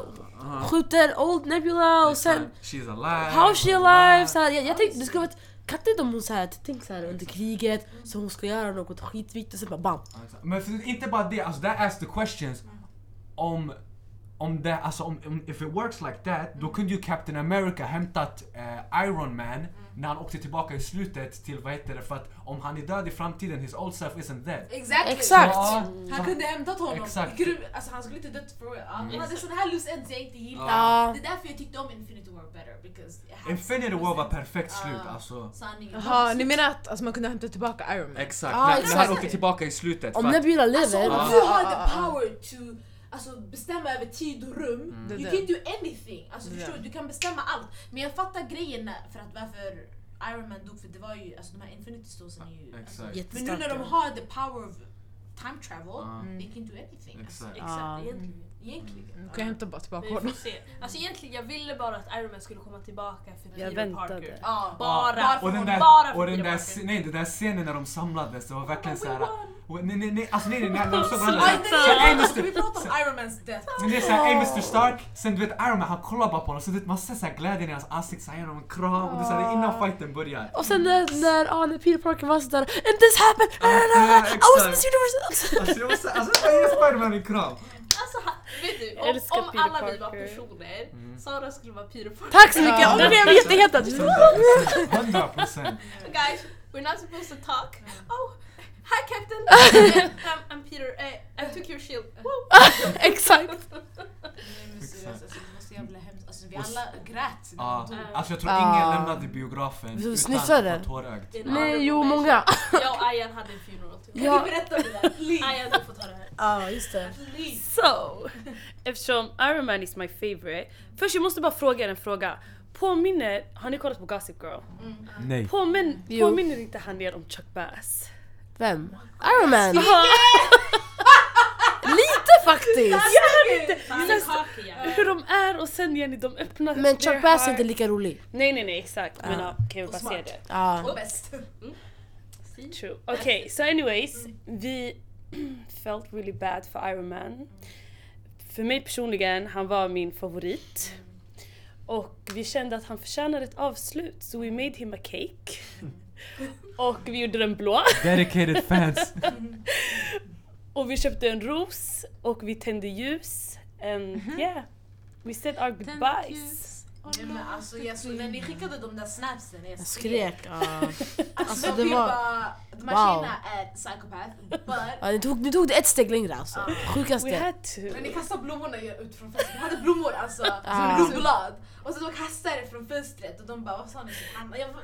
[SPEAKER 3] skjuter old Nebula och sen
[SPEAKER 5] She's alive. Ah.
[SPEAKER 3] how is she alive? Så här, jag, jag tänkte det skulle vara ett- kan inte om hon såhär, tänk såhär under kriget, så hon ska göra något
[SPEAKER 5] Ah,
[SPEAKER 3] skitviktigt och sen bara bam!
[SPEAKER 5] Men för, inte bara det, alltså that asks the questions om om det, alltså om, om, if it works like that, då kunde ju Captain America hämtat eh, Iron Man när han åkte tillbaka i slutet till, vad heter det, för att om han är död i framtiden, his old self isn't dead.
[SPEAKER 4] Exactly.
[SPEAKER 3] Exakt.
[SPEAKER 5] Ja, så-
[SPEAKER 4] Han kunde hämtat honom.
[SPEAKER 5] Exakt.
[SPEAKER 4] I gru- alltså han skulle inte dött för real. Han hade såna här loose ends jag inte gillar.
[SPEAKER 3] Ja.
[SPEAKER 4] Det är därför jag tyckte om Infinity War better. Because it has
[SPEAKER 5] Infinity War var
[SPEAKER 4] loose ends.
[SPEAKER 5] perfekt slut
[SPEAKER 4] Ja.
[SPEAKER 5] alltså.
[SPEAKER 4] Sanningen.
[SPEAKER 7] Jaha, ni menar att alltså, man kunde hämta tillbaka Iron Man?
[SPEAKER 5] Exakt,
[SPEAKER 3] Ah,
[SPEAKER 5] när,
[SPEAKER 3] exakt.
[SPEAKER 5] när han åker tillbaka i slutet.
[SPEAKER 3] Om
[SPEAKER 5] för att-
[SPEAKER 3] Nebula
[SPEAKER 4] Alltså
[SPEAKER 3] lever,
[SPEAKER 4] om
[SPEAKER 5] Ja.
[SPEAKER 4] du har
[SPEAKER 7] Ja, ja,
[SPEAKER 4] the
[SPEAKER 7] ja.
[SPEAKER 4] power to alltså, bestämma över tid och rum,
[SPEAKER 5] Mm.
[SPEAKER 7] Det är
[SPEAKER 4] you
[SPEAKER 7] det.
[SPEAKER 4] can do anything. Alltså,
[SPEAKER 7] Det är
[SPEAKER 4] förstår du? du kan bestämma allt. Men jag fattar grejen när- för att varför Iron Man dog, för det var ju, alltså de här Infinity Stones är ju... Alltså,
[SPEAKER 5] Exakt.
[SPEAKER 4] men nu när de
[SPEAKER 3] jättestarka.
[SPEAKER 4] har the power of time travel,
[SPEAKER 5] Ja.
[SPEAKER 7] Mm.
[SPEAKER 4] they can do anything. Alltså,
[SPEAKER 5] Exakt. Mm.
[SPEAKER 3] Ja.
[SPEAKER 4] exakt, egentligen. egentligen.
[SPEAKER 7] Du Mm, kan hämta bara tillbaka
[SPEAKER 2] Vi får
[SPEAKER 7] honom.
[SPEAKER 2] se. Alltså egentligen, jag ville bara att Iron Man skulle komma tillbaka för
[SPEAKER 6] Jag
[SPEAKER 2] Peter
[SPEAKER 6] väntade.
[SPEAKER 2] Parker.
[SPEAKER 4] Ja,
[SPEAKER 2] Bara.
[SPEAKER 4] bara
[SPEAKER 5] Och den där,
[SPEAKER 2] Bara för
[SPEAKER 5] och den
[SPEAKER 2] Peter
[SPEAKER 5] där,
[SPEAKER 2] Parker.
[SPEAKER 5] scen- nej, den där scenen när de samlades, det var verkligen
[SPEAKER 4] we
[SPEAKER 5] såhär...
[SPEAKER 4] won.
[SPEAKER 5] och- Nej, nej, nej, alltså nej, nej, när de såg varandra.
[SPEAKER 4] Aj, nej,
[SPEAKER 5] Sen
[SPEAKER 4] nej,
[SPEAKER 5] en
[SPEAKER 4] nej,
[SPEAKER 5] Mr.
[SPEAKER 4] ska vi prata om Iron Mans death?
[SPEAKER 5] Men det är såhär, ey Mr Stark, sen du vet Iron Man, han kollar bara på honom, så du vet man ser såhär glädjen i hans ansikte, så han ger honom en kram och det är såhär innan fighten börjar.
[SPEAKER 3] Och sen när, när, ah, när Peter Parker var sådär And this happened! Ah, I, I was in this universe!
[SPEAKER 5] Alltså jag måste, alltså jag ger Spiderman en kram.
[SPEAKER 2] Alltså, han- vet du,
[SPEAKER 6] Jag älskar
[SPEAKER 2] om, om
[SPEAKER 6] Peter
[SPEAKER 2] alla vi var
[SPEAKER 6] Parker.
[SPEAKER 2] personer,
[SPEAKER 5] Mm.
[SPEAKER 2] Sara skulle vara Peter Parker.
[SPEAKER 3] Tack så mycket! Åh, nu blev jag jättehettad!
[SPEAKER 5] 100%.
[SPEAKER 6] Mm.
[SPEAKER 2] Guys, we're not supposed to talk. Oh, hi Captain! I'm, I'm Peter, eh, I took your shield. Woo!
[SPEAKER 3] Exakt!
[SPEAKER 4] Nej, men seriöst, alltså, det var så jävla hemskt. Alltså, vi
[SPEAKER 5] Och s-
[SPEAKER 4] alla grät. när
[SPEAKER 5] Ja,
[SPEAKER 4] de dog.
[SPEAKER 5] alltså jag tror
[SPEAKER 3] Ah.
[SPEAKER 5] ingen lämnade biografen
[SPEAKER 3] Vi
[SPEAKER 5] utan
[SPEAKER 3] sniffade.
[SPEAKER 5] att få tårögd.
[SPEAKER 2] Det är en
[SPEAKER 3] Nej,
[SPEAKER 2] honorable
[SPEAKER 3] jo
[SPEAKER 2] mention.
[SPEAKER 3] många!
[SPEAKER 2] Jag och Ayan hade en funeral too.
[SPEAKER 3] Ja.
[SPEAKER 4] Vi berättar det där, please.
[SPEAKER 2] Ayan, du får ta det här.
[SPEAKER 3] Ja, just det.
[SPEAKER 4] please.
[SPEAKER 6] So, eftersom Iron Man is my favorite. Först jag måste bara fråga er en fråga. Påminner, har ni kollat på Gossip Girl?
[SPEAKER 5] Nej.
[SPEAKER 6] Påmin,
[SPEAKER 3] Jo.
[SPEAKER 6] påminner inte han er om Chuck Bass?
[SPEAKER 3] Vem? Iron Man! Lite faktiskt!
[SPEAKER 2] Han är kakig.
[SPEAKER 6] Hur de är och sen Jenny, de öppnar
[SPEAKER 3] Men
[SPEAKER 6] their
[SPEAKER 3] Chuck Bass är
[SPEAKER 6] heart.
[SPEAKER 3] inte Ah. lika rolig.
[SPEAKER 6] Nej nej nej exakt, men ja, kan jag bara se
[SPEAKER 4] smart.
[SPEAKER 6] det.
[SPEAKER 3] Ja.
[SPEAKER 4] Och bäst.
[SPEAKER 2] Mm.
[SPEAKER 6] True. Okej, so anyways. Vi felt really bad för Iron Man. För mig personligen, han var min favorit. Och vi kände att han förtjänade ett avslut, så we made him a cake. Och vi gjorde den blå.
[SPEAKER 5] Dedicated fans.
[SPEAKER 6] Och vi köpte en ros och vi tände ljus. And
[SPEAKER 7] Mhm.
[SPEAKER 6] yeah, we said our goodbyes.
[SPEAKER 4] Nej, men alltså, jag såg, när ni skickade de där snapsen, jag
[SPEAKER 3] Jag
[SPEAKER 4] skrek.
[SPEAKER 3] skrek. ja.
[SPEAKER 4] Alltså,
[SPEAKER 3] det
[SPEAKER 4] det
[SPEAKER 3] var-
[SPEAKER 4] bara, de här
[SPEAKER 3] Wow.
[SPEAKER 4] tjejerna är psychopath, but...
[SPEAKER 3] Ja, ni, tog, ni tog det ett steg längre alltså.
[SPEAKER 6] We
[SPEAKER 3] Sjukaste.
[SPEAKER 6] had to.
[SPEAKER 4] Men ni kastade blommorna ut från fönstret, de hade blommor alltså,
[SPEAKER 3] Ah.
[SPEAKER 4] blomblad. Och så de kastade det från fönstret och de bara vad sa ni? Anna?" Jag bara-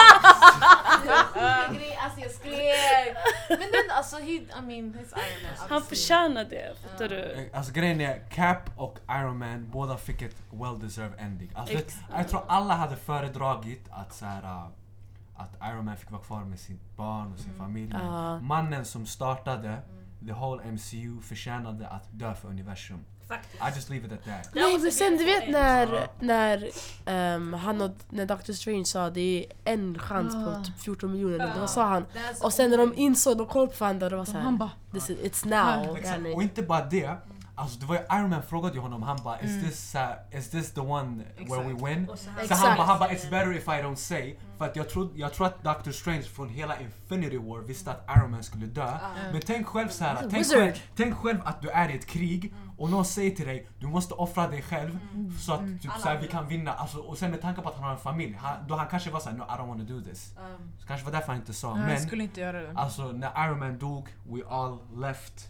[SPEAKER 4] Det var sjuka grejer, Alltså jag skrek! Men den alltså, he, I mean, his Iron Man.
[SPEAKER 6] Han förtjänar det, fattar du?
[SPEAKER 5] Alltså grejen är, Cap och Iron Man båda fick ett well deserved ending. Alltså, det, jag tror alla hade föredragit att så här, uh, att Iron Man fick vara kvar med sitt barn och sin familj. Men
[SPEAKER 3] Ja.
[SPEAKER 5] Mannen som startade the whole MCU förtjänade att dö för universum.
[SPEAKER 2] Faktiskt.
[SPEAKER 5] I just leave it at that.
[SPEAKER 3] Nej men sen du vet när,
[SPEAKER 5] Ja.
[SPEAKER 3] när ehm, han och, när Dr. Strange sa det är en chans på typ 14 miljoner, då sa han och sen när de insåg, de kollade på varandra och var
[SPEAKER 7] Han
[SPEAKER 3] såhär
[SPEAKER 7] bara...
[SPEAKER 3] This is, it's now.
[SPEAKER 5] Exakt.
[SPEAKER 3] yani.
[SPEAKER 5] Och inte bara det. Alltså det var ju Iron Man frågade ju honom, han bara is, this, uh, is this the one where we win?
[SPEAKER 2] Och så här-
[SPEAKER 5] Så han
[SPEAKER 3] Exakt.
[SPEAKER 5] bara, han bara it's better if I don't say. För att jag tror, jag tror att Doctor Strange från hela Infinity War visste att Iron Man skulle dö. Men tänk själv så här, tänk
[SPEAKER 3] wizard.
[SPEAKER 5] själv, tänk själv att du är i ett krig och någon säger till dig du måste offra dig själv så att typ, så här, vi kan vinna. Alltså, och sen med tanke på att han har en familj, han, då han kanske var såhär no I don't wanna do this. Så kanske var därför han inte sa.
[SPEAKER 7] Nej,
[SPEAKER 5] Men
[SPEAKER 7] jag skulle inte göra det.
[SPEAKER 5] Alltså när Iron Man dog, we all left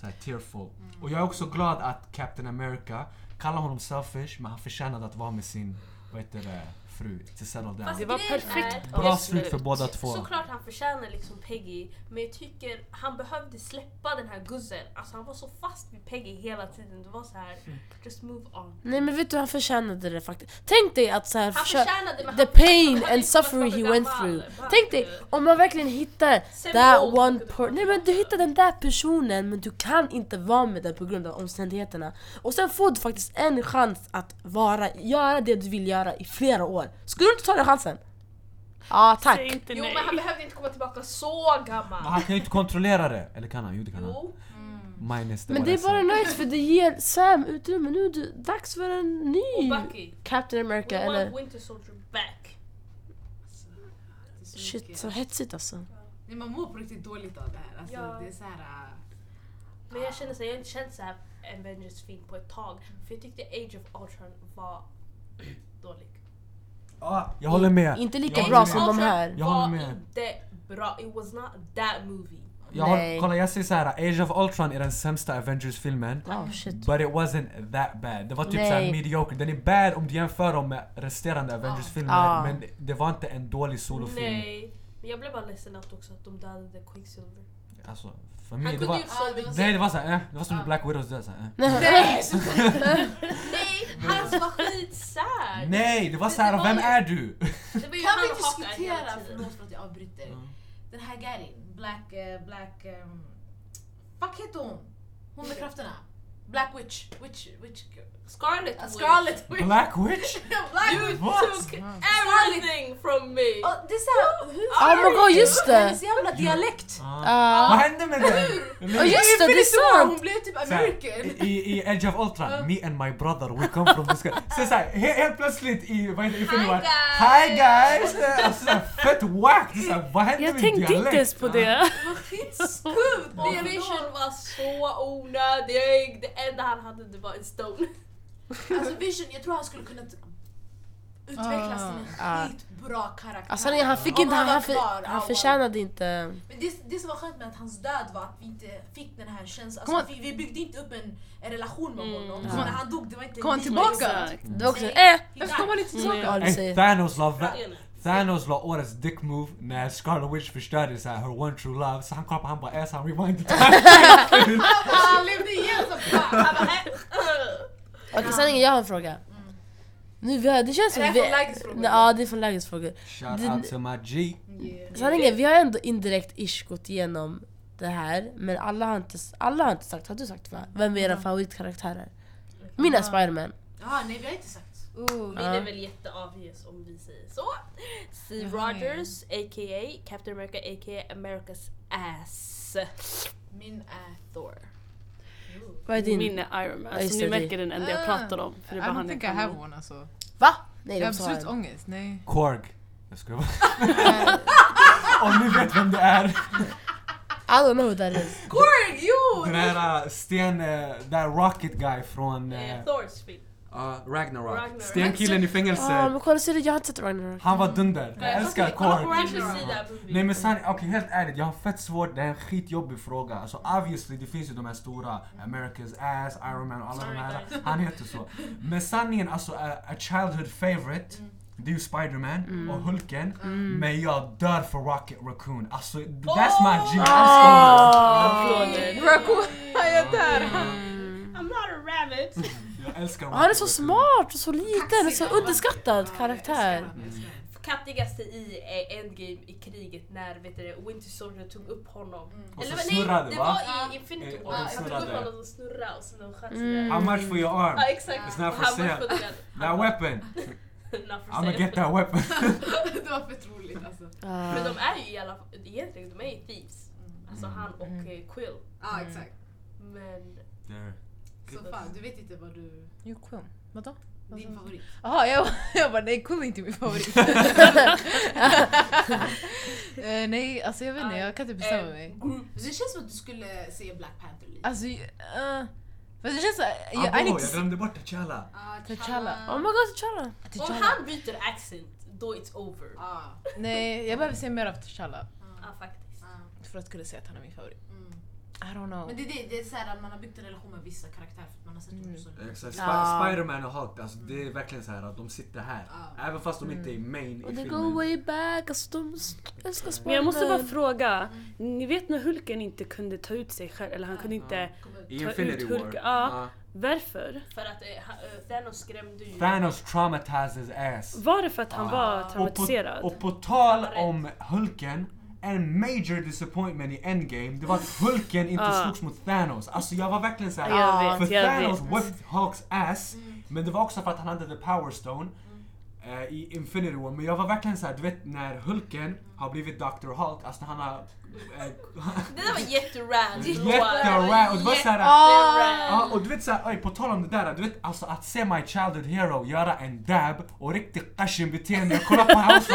[SPEAKER 5] så här, tearful.
[SPEAKER 2] Mm.
[SPEAKER 5] Och jag är också glad att Captain America kallar honom selfish men han förtjänade att vara med sin, vad heter det, fru. To settle down.
[SPEAKER 2] Fast
[SPEAKER 6] Det var
[SPEAKER 2] grejen
[SPEAKER 6] perfekt
[SPEAKER 2] är-
[SPEAKER 5] Bra slut för båda två.
[SPEAKER 2] Såklart han förtjänar liksom Peggy, men jag tycker han behövde släppa den här guzzen. Alltså han var så fast vid Peggy hela tiden. Det var så här,
[SPEAKER 3] Mm.
[SPEAKER 2] just move on.
[SPEAKER 3] Nej men vet du han förtjänade det faktiskt. Tänk dig att såhär
[SPEAKER 2] Han
[SPEAKER 3] försö-
[SPEAKER 2] förtjänade men
[SPEAKER 3] the
[SPEAKER 2] han-
[SPEAKER 3] pain
[SPEAKER 2] han-
[SPEAKER 3] and suffering he
[SPEAKER 2] han-
[SPEAKER 3] went
[SPEAKER 2] han-
[SPEAKER 3] through.
[SPEAKER 2] han-
[SPEAKER 3] Tänk dig
[SPEAKER 2] Mm.
[SPEAKER 3] om man verkligen hittar
[SPEAKER 2] Sen
[SPEAKER 3] that
[SPEAKER 2] Bolt
[SPEAKER 3] one
[SPEAKER 2] kunde
[SPEAKER 3] person.
[SPEAKER 2] vara
[SPEAKER 3] Nej men du
[SPEAKER 2] med.
[SPEAKER 3] hittar den där personen men du kan inte vara med den på grund av omständigheterna. Och sen får du faktiskt en chans att vara, göra det du vill göra i flera år. Skulle du inte ta den chansen? Ja tack.
[SPEAKER 6] Säg inte
[SPEAKER 2] Jo
[SPEAKER 6] nej.
[SPEAKER 2] men han behövde inte komma tillbaka så
[SPEAKER 5] Men
[SPEAKER 2] gammal.
[SPEAKER 5] han kan ju inte kontrollera det. Eller kan han? Jo det kan han.
[SPEAKER 2] Jo.
[SPEAKER 5] Minus
[SPEAKER 3] Men
[SPEAKER 5] var
[SPEAKER 3] det är
[SPEAKER 5] jag sa.
[SPEAKER 3] bara nice för det ger Sam utrymme. Nu är det dags för en ny
[SPEAKER 2] Och Bucky.
[SPEAKER 3] Captain America
[SPEAKER 2] We
[SPEAKER 3] eller...
[SPEAKER 2] want Winter Soldier back.
[SPEAKER 3] Shit så hetsigt alltså.
[SPEAKER 4] Nej, man mår på riktigt dåligt av det här. Alltså,
[SPEAKER 2] Ja.
[SPEAKER 4] det är så här, äh,
[SPEAKER 2] Men jag känner så här, jag har inte känt så här Avengers-film på ett tag. För jag tyckte Age of Ultron var dålig.
[SPEAKER 5] Ah, jag håller med.
[SPEAKER 3] Inte lika
[SPEAKER 5] Jag
[SPEAKER 3] bra
[SPEAKER 5] håller
[SPEAKER 3] som
[SPEAKER 5] med.
[SPEAKER 4] Alltså,
[SPEAKER 3] de här.
[SPEAKER 5] Jag
[SPEAKER 2] Alltså, var
[SPEAKER 5] håller med.
[SPEAKER 2] inte bra. It was not that movie.
[SPEAKER 5] Jag har,
[SPEAKER 3] Nej.
[SPEAKER 5] kolla jag säger såhär, Age of Ultron är den sämsta Avengers-filmen.
[SPEAKER 3] Oh, shit.
[SPEAKER 5] But it wasn't that bad. Det var typ
[SPEAKER 3] Nej.
[SPEAKER 5] såhär mediocre. Den är bad om du jämför dem med resterande Avengers-filmer.
[SPEAKER 3] Ah.
[SPEAKER 5] Men det var inte en dålig solofilm.
[SPEAKER 2] Nej. Men jag blev bara ledsen att också att de dödade Quicksilver.
[SPEAKER 5] Alltså, för
[SPEAKER 2] Han
[SPEAKER 5] mig det
[SPEAKER 2] kunde
[SPEAKER 5] var...
[SPEAKER 2] ju inte så
[SPEAKER 4] Ja, det var-
[SPEAKER 2] mycket.
[SPEAKER 5] Nej det var såhär, eh, det var som Black Widows död såhär. Eh.
[SPEAKER 2] Nej! Hans var Alltså, skitsär!
[SPEAKER 5] Nej det var
[SPEAKER 4] Det-
[SPEAKER 5] såhär,
[SPEAKER 4] det var
[SPEAKER 5] vem
[SPEAKER 4] ju-
[SPEAKER 5] är du?
[SPEAKER 2] Det var ju
[SPEAKER 4] Kan
[SPEAKER 2] han
[SPEAKER 4] vi
[SPEAKER 2] och Hawkeye hela tiden.
[SPEAKER 4] diskutera, förlåt för att jag avbryter.
[SPEAKER 5] Mm.
[SPEAKER 4] Den här Garin, Black... eh, black um, fuck heter hon? Hon med krafterna. Black Witch. Witch... Witch...
[SPEAKER 2] Scarlet
[SPEAKER 4] Uh,
[SPEAKER 2] Witch.
[SPEAKER 4] Scarlet Witch.
[SPEAKER 5] Black Witch?
[SPEAKER 4] Black
[SPEAKER 2] You
[SPEAKER 4] Witch.
[SPEAKER 5] What?
[SPEAKER 2] took everything from me!
[SPEAKER 4] Och det är såhär... hur-
[SPEAKER 3] Oh my god, just det!
[SPEAKER 4] Hennes jävla dialekt.
[SPEAKER 5] Ah. Vad
[SPEAKER 3] Ja.
[SPEAKER 5] hände med det?
[SPEAKER 3] Och just det, det
[SPEAKER 4] Infinity War,
[SPEAKER 3] är sant!
[SPEAKER 4] Hon blev typ
[SPEAKER 5] Såhär,
[SPEAKER 4] American.
[SPEAKER 5] i, i Edge of Ultron, me and my brother we come from this guy. Så såhär, he, helt plötsligt i, vad heter det, i filmen var det, Hi guys! Alltså såhär, fett wack! Det är såhär, vad hände
[SPEAKER 6] Jag
[SPEAKER 5] med
[SPEAKER 6] tänkte
[SPEAKER 5] dialekt?
[SPEAKER 6] inte ens på det.
[SPEAKER 4] Skitskumt!
[SPEAKER 2] Och Vision var så onödig! Det enda han hade det var en stone.
[SPEAKER 4] Alltså Vision, jag tror han skulle kunna t- utvecklas
[SPEAKER 7] Ah.
[SPEAKER 4] till
[SPEAKER 3] Ah.
[SPEAKER 4] en skitbra karaktär.
[SPEAKER 3] Alltså han, han fick
[SPEAKER 4] Om
[SPEAKER 3] inte, han,
[SPEAKER 4] var
[SPEAKER 3] han, för,
[SPEAKER 4] kvar,
[SPEAKER 3] han
[SPEAKER 4] ja, Mm.
[SPEAKER 3] förtjänade inte...
[SPEAKER 4] Men det, det som var skönt med att hans död var att vi inte fick den här känslan.
[SPEAKER 7] Kom Mm.
[SPEAKER 4] Alltså, vi, vi byggde inte upp en, en relation med honom. Så när han dog, det var inte... Mm.
[SPEAKER 7] Kom han
[SPEAKER 4] vi-
[SPEAKER 7] tillbaka?
[SPEAKER 3] Det var också...
[SPEAKER 4] Nej.
[SPEAKER 3] Eh!
[SPEAKER 4] He
[SPEAKER 7] Varför kom han
[SPEAKER 4] died.
[SPEAKER 7] inte tillbaka?
[SPEAKER 3] Ja, du
[SPEAKER 5] Ey,
[SPEAKER 3] säger.
[SPEAKER 5] Thanos la, vä- Thanos la årets dick move när Scarlet Witch förstörde såhär, her one true love. Så han kollade på han bara ass, han reminded
[SPEAKER 4] Han levde igen som fan!
[SPEAKER 2] Han bara, "Eh, eh."
[SPEAKER 3] Okej sanningen, jag har en fråga. Nu, vi har, det känns som...
[SPEAKER 4] Det här är
[SPEAKER 3] vi-
[SPEAKER 4] från lägesfrågor.
[SPEAKER 3] Nej, Ja, det är från lägesfrågor.
[SPEAKER 5] Shout
[SPEAKER 3] Det-
[SPEAKER 5] out to my G.
[SPEAKER 3] Sanningen, vi har ändå indirekt ish gått igenom det här. Men alla har inte, alla har inte sagt, har du sagt va? Vem är era favoritkaraktärer? Mina Spiderman.
[SPEAKER 4] Ja, nej vi har inte sagt.
[SPEAKER 2] Min är väl jätteavgius om vi säger så. Steve Rogers, a.k.a. Captain America, a.k.a. America's ass.
[SPEAKER 4] Min är Thor.
[SPEAKER 3] Vad är din?
[SPEAKER 6] Min är Iron Man.
[SPEAKER 3] Ja, just
[SPEAKER 6] så nu
[SPEAKER 3] det, det-
[SPEAKER 6] märker den enda jag pratar om. För
[SPEAKER 7] Ah,
[SPEAKER 6] det
[SPEAKER 7] I
[SPEAKER 6] var
[SPEAKER 7] don't
[SPEAKER 6] han jag
[SPEAKER 7] think I have
[SPEAKER 6] kan
[SPEAKER 7] one alltså.
[SPEAKER 3] Va? Nej,
[SPEAKER 7] Jag
[SPEAKER 3] det var
[SPEAKER 7] har
[SPEAKER 3] så
[SPEAKER 7] absolut
[SPEAKER 3] här.
[SPEAKER 7] ångest, nej.
[SPEAKER 5] Korg. Jag skojar bara. Om ni vet vem det är.
[SPEAKER 3] I don't know who that is.
[SPEAKER 4] Korg, jo!
[SPEAKER 5] Den här äh, sten, äh, där rocket guy från äh,
[SPEAKER 2] Eh, Thors film.
[SPEAKER 5] ja, Ragnarok.
[SPEAKER 2] Ragnarok.
[SPEAKER 5] Stenkillen i
[SPEAKER 3] Ah,
[SPEAKER 5] fängelse.
[SPEAKER 3] men kolla, ser du? Jag har inte sett Ragnarök.
[SPEAKER 5] Han var dunder. Jag älskar
[SPEAKER 2] Kolla på
[SPEAKER 5] Korg.
[SPEAKER 2] Rogers sida. på
[SPEAKER 5] Nej
[SPEAKER 2] filmen.
[SPEAKER 5] men sanning, okej helt ärligt, jag har fett svårt, det är en skitjobbig fråga. Alltså obviously det finns ju de här stora, America's ass, Iron Man och alla de här. Han heter så. Men sanningen alltså, a, a childhood favorite, det är ju Spiderman
[SPEAKER 3] Mm.
[SPEAKER 5] och Hulken. Men jag dör för Rocket Raccoon. Alltså that's my
[SPEAKER 3] Ah.
[SPEAKER 5] G, jag älskar honom.
[SPEAKER 6] Applåder.
[SPEAKER 7] Raccoon, jag dör!
[SPEAKER 2] I'm not a rabbit.
[SPEAKER 5] Jag älskar
[SPEAKER 3] Han är
[SPEAKER 5] Rocket
[SPEAKER 3] så
[SPEAKER 5] Raccoon.
[SPEAKER 3] smart och så liten och så
[SPEAKER 4] Kaxig.
[SPEAKER 3] underskattad karaktär.
[SPEAKER 2] Kattigaste i eh, Endgame i kriget när vet du, Winter Soldier tog upp honom.
[SPEAKER 5] Och så
[SPEAKER 2] vad-
[SPEAKER 5] snurrade,
[SPEAKER 2] det
[SPEAKER 5] va?
[SPEAKER 2] var i Infinity
[SPEAKER 5] Eh, och
[SPEAKER 2] War.
[SPEAKER 5] de
[SPEAKER 2] Han tog upp
[SPEAKER 5] snurrade.
[SPEAKER 2] honom och snurrade och så de sköt
[SPEAKER 3] Mm.
[SPEAKER 2] sådär.
[SPEAKER 5] How much for your arm?
[SPEAKER 2] Ja exakt.
[SPEAKER 5] It's not
[SPEAKER 2] Och
[SPEAKER 5] for
[SPEAKER 2] han var
[SPEAKER 5] sale.
[SPEAKER 2] chockad.
[SPEAKER 5] That weapon!
[SPEAKER 2] Not for
[SPEAKER 5] I'ma
[SPEAKER 2] sale.
[SPEAKER 5] get that weapon!
[SPEAKER 4] det var fett roligt alltså.
[SPEAKER 3] Ah.
[SPEAKER 2] Men de är ju i alla fall, egentligen de är ju thieves. Alltså han och eh, Quill.
[SPEAKER 4] Ja ah, exakt.
[SPEAKER 2] Men
[SPEAKER 4] Så fan, du vet inte vad du...
[SPEAKER 7] Jo, Quill. Vadå?
[SPEAKER 4] Din favorit.
[SPEAKER 7] Jaha, jag, jag bara nej Quill är inte min favorit. Eh, nej, alltså jag vet inte, jag kan inte bestämma mig.
[SPEAKER 4] Det känns som att du skulle se Black Panther lite.
[SPEAKER 7] Alltså, eh, fast det känns såhär...
[SPEAKER 5] Abo,
[SPEAKER 7] Jag, I need
[SPEAKER 5] jag
[SPEAKER 7] to see-
[SPEAKER 5] glömde bort T'Challa!
[SPEAKER 4] Ah,
[SPEAKER 7] T'Challa.
[SPEAKER 3] Oh my god, T'Challa.
[SPEAKER 2] om
[SPEAKER 7] T'Challa.
[SPEAKER 2] han byter accent, då it's over. Ja
[SPEAKER 4] Ah,
[SPEAKER 7] Nej, jag behöver se mer av T'Challa.
[SPEAKER 2] faktiskt.
[SPEAKER 4] ah,
[SPEAKER 7] För att kunna säga att han är min favorit.
[SPEAKER 4] mm.
[SPEAKER 7] I don't know.
[SPEAKER 4] Men det, är det, det är så här, man har byggt en relation med vissa karaktärer för att man har sett dem
[SPEAKER 7] Mm.
[SPEAKER 4] så länge.
[SPEAKER 5] Exakt, Sp-
[SPEAKER 3] Ja.
[SPEAKER 5] Spiderman och Hulk, alltså, det är verkligen så här att de sitter här.
[SPEAKER 4] Ja.
[SPEAKER 5] Även fast de inte är main
[SPEAKER 3] Mm. Och
[SPEAKER 5] i
[SPEAKER 3] det
[SPEAKER 5] filmen.
[SPEAKER 3] går way back, alltså de s- älskar Spiderman.
[SPEAKER 6] Men jag måste bara fråga. Ni vet när Hulken inte kunde ta ut sig själv? Eller han kunde inte...
[SPEAKER 4] Kom ut.
[SPEAKER 5] I
[SPEAKER 6] Ta
[SPEAKER 5] Infinity
[SPEAKER 6] ut
[SPEAKER 5] War.
[SPEAKER 6] Hulk, ja.
[SPEAKER 5] Ja.
[SPEAKER 6] Varför?
[SPEAKER 2] För att eh, ha- eh, Thanos skrämde ju...
[SPEAKER 5] Thanos traumatizes ass.
[SPEAKER 6] Var det för att han
[SPEAKER 5] Ja.
[SPEAKER 6] var
[SPEAKER 5] Och på,
[SPEAKER 6] traumatiserad?
[SPEAKER 5] Ah. och på tal om Hulken, en major disappointment i Endgame, det var att Hulken inte
[SPEAKER 6] Ja.
[SPEAKER 5] slogs mot Thanos. Alltså jag var verkligen såhär...
[SPEAKER 6] Ah. Jag
[SPEAKER 5] För
[SPEAKER 6] vet, jag
[SPEAKER 5] Thanos
[SPEAKER 6] vet.
[SPEAKER 5] whipped Hulks ass, men det var också för att han hade the power stone eh, i Infinity War. Men jag var verkligen såhär, du vet när Hulken har blivit Dr. Hulk, alltså när han har... eh,
[SPEAKER 2] Det där var jätterad.
[SPEAKER 5] Jätterad! Och det var såhär...
[SPEAKER 2] Ah!
[SPEAKER 5] Ja, och du vet såhär, oj, på tal om det där, du vet alltså att se My Childhood Hero göra en dab och riktigt qashin beteende, jag kollar på hans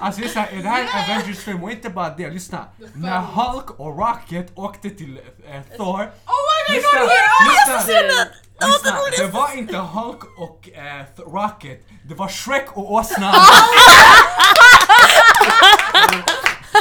[SPEAKER 5] Alltså det är såhär, är det här en Avengers film? Och inte bara det, lyssna. När Hulk och Rocket åkte till eh, Thor,
[SPEAKER 4] Oh my
[SPEAKER 5] Lyssna! Lyssna! Lyssna! Det var inte Hulk och eh, Th- Rocket, det var Shrek och åsnan!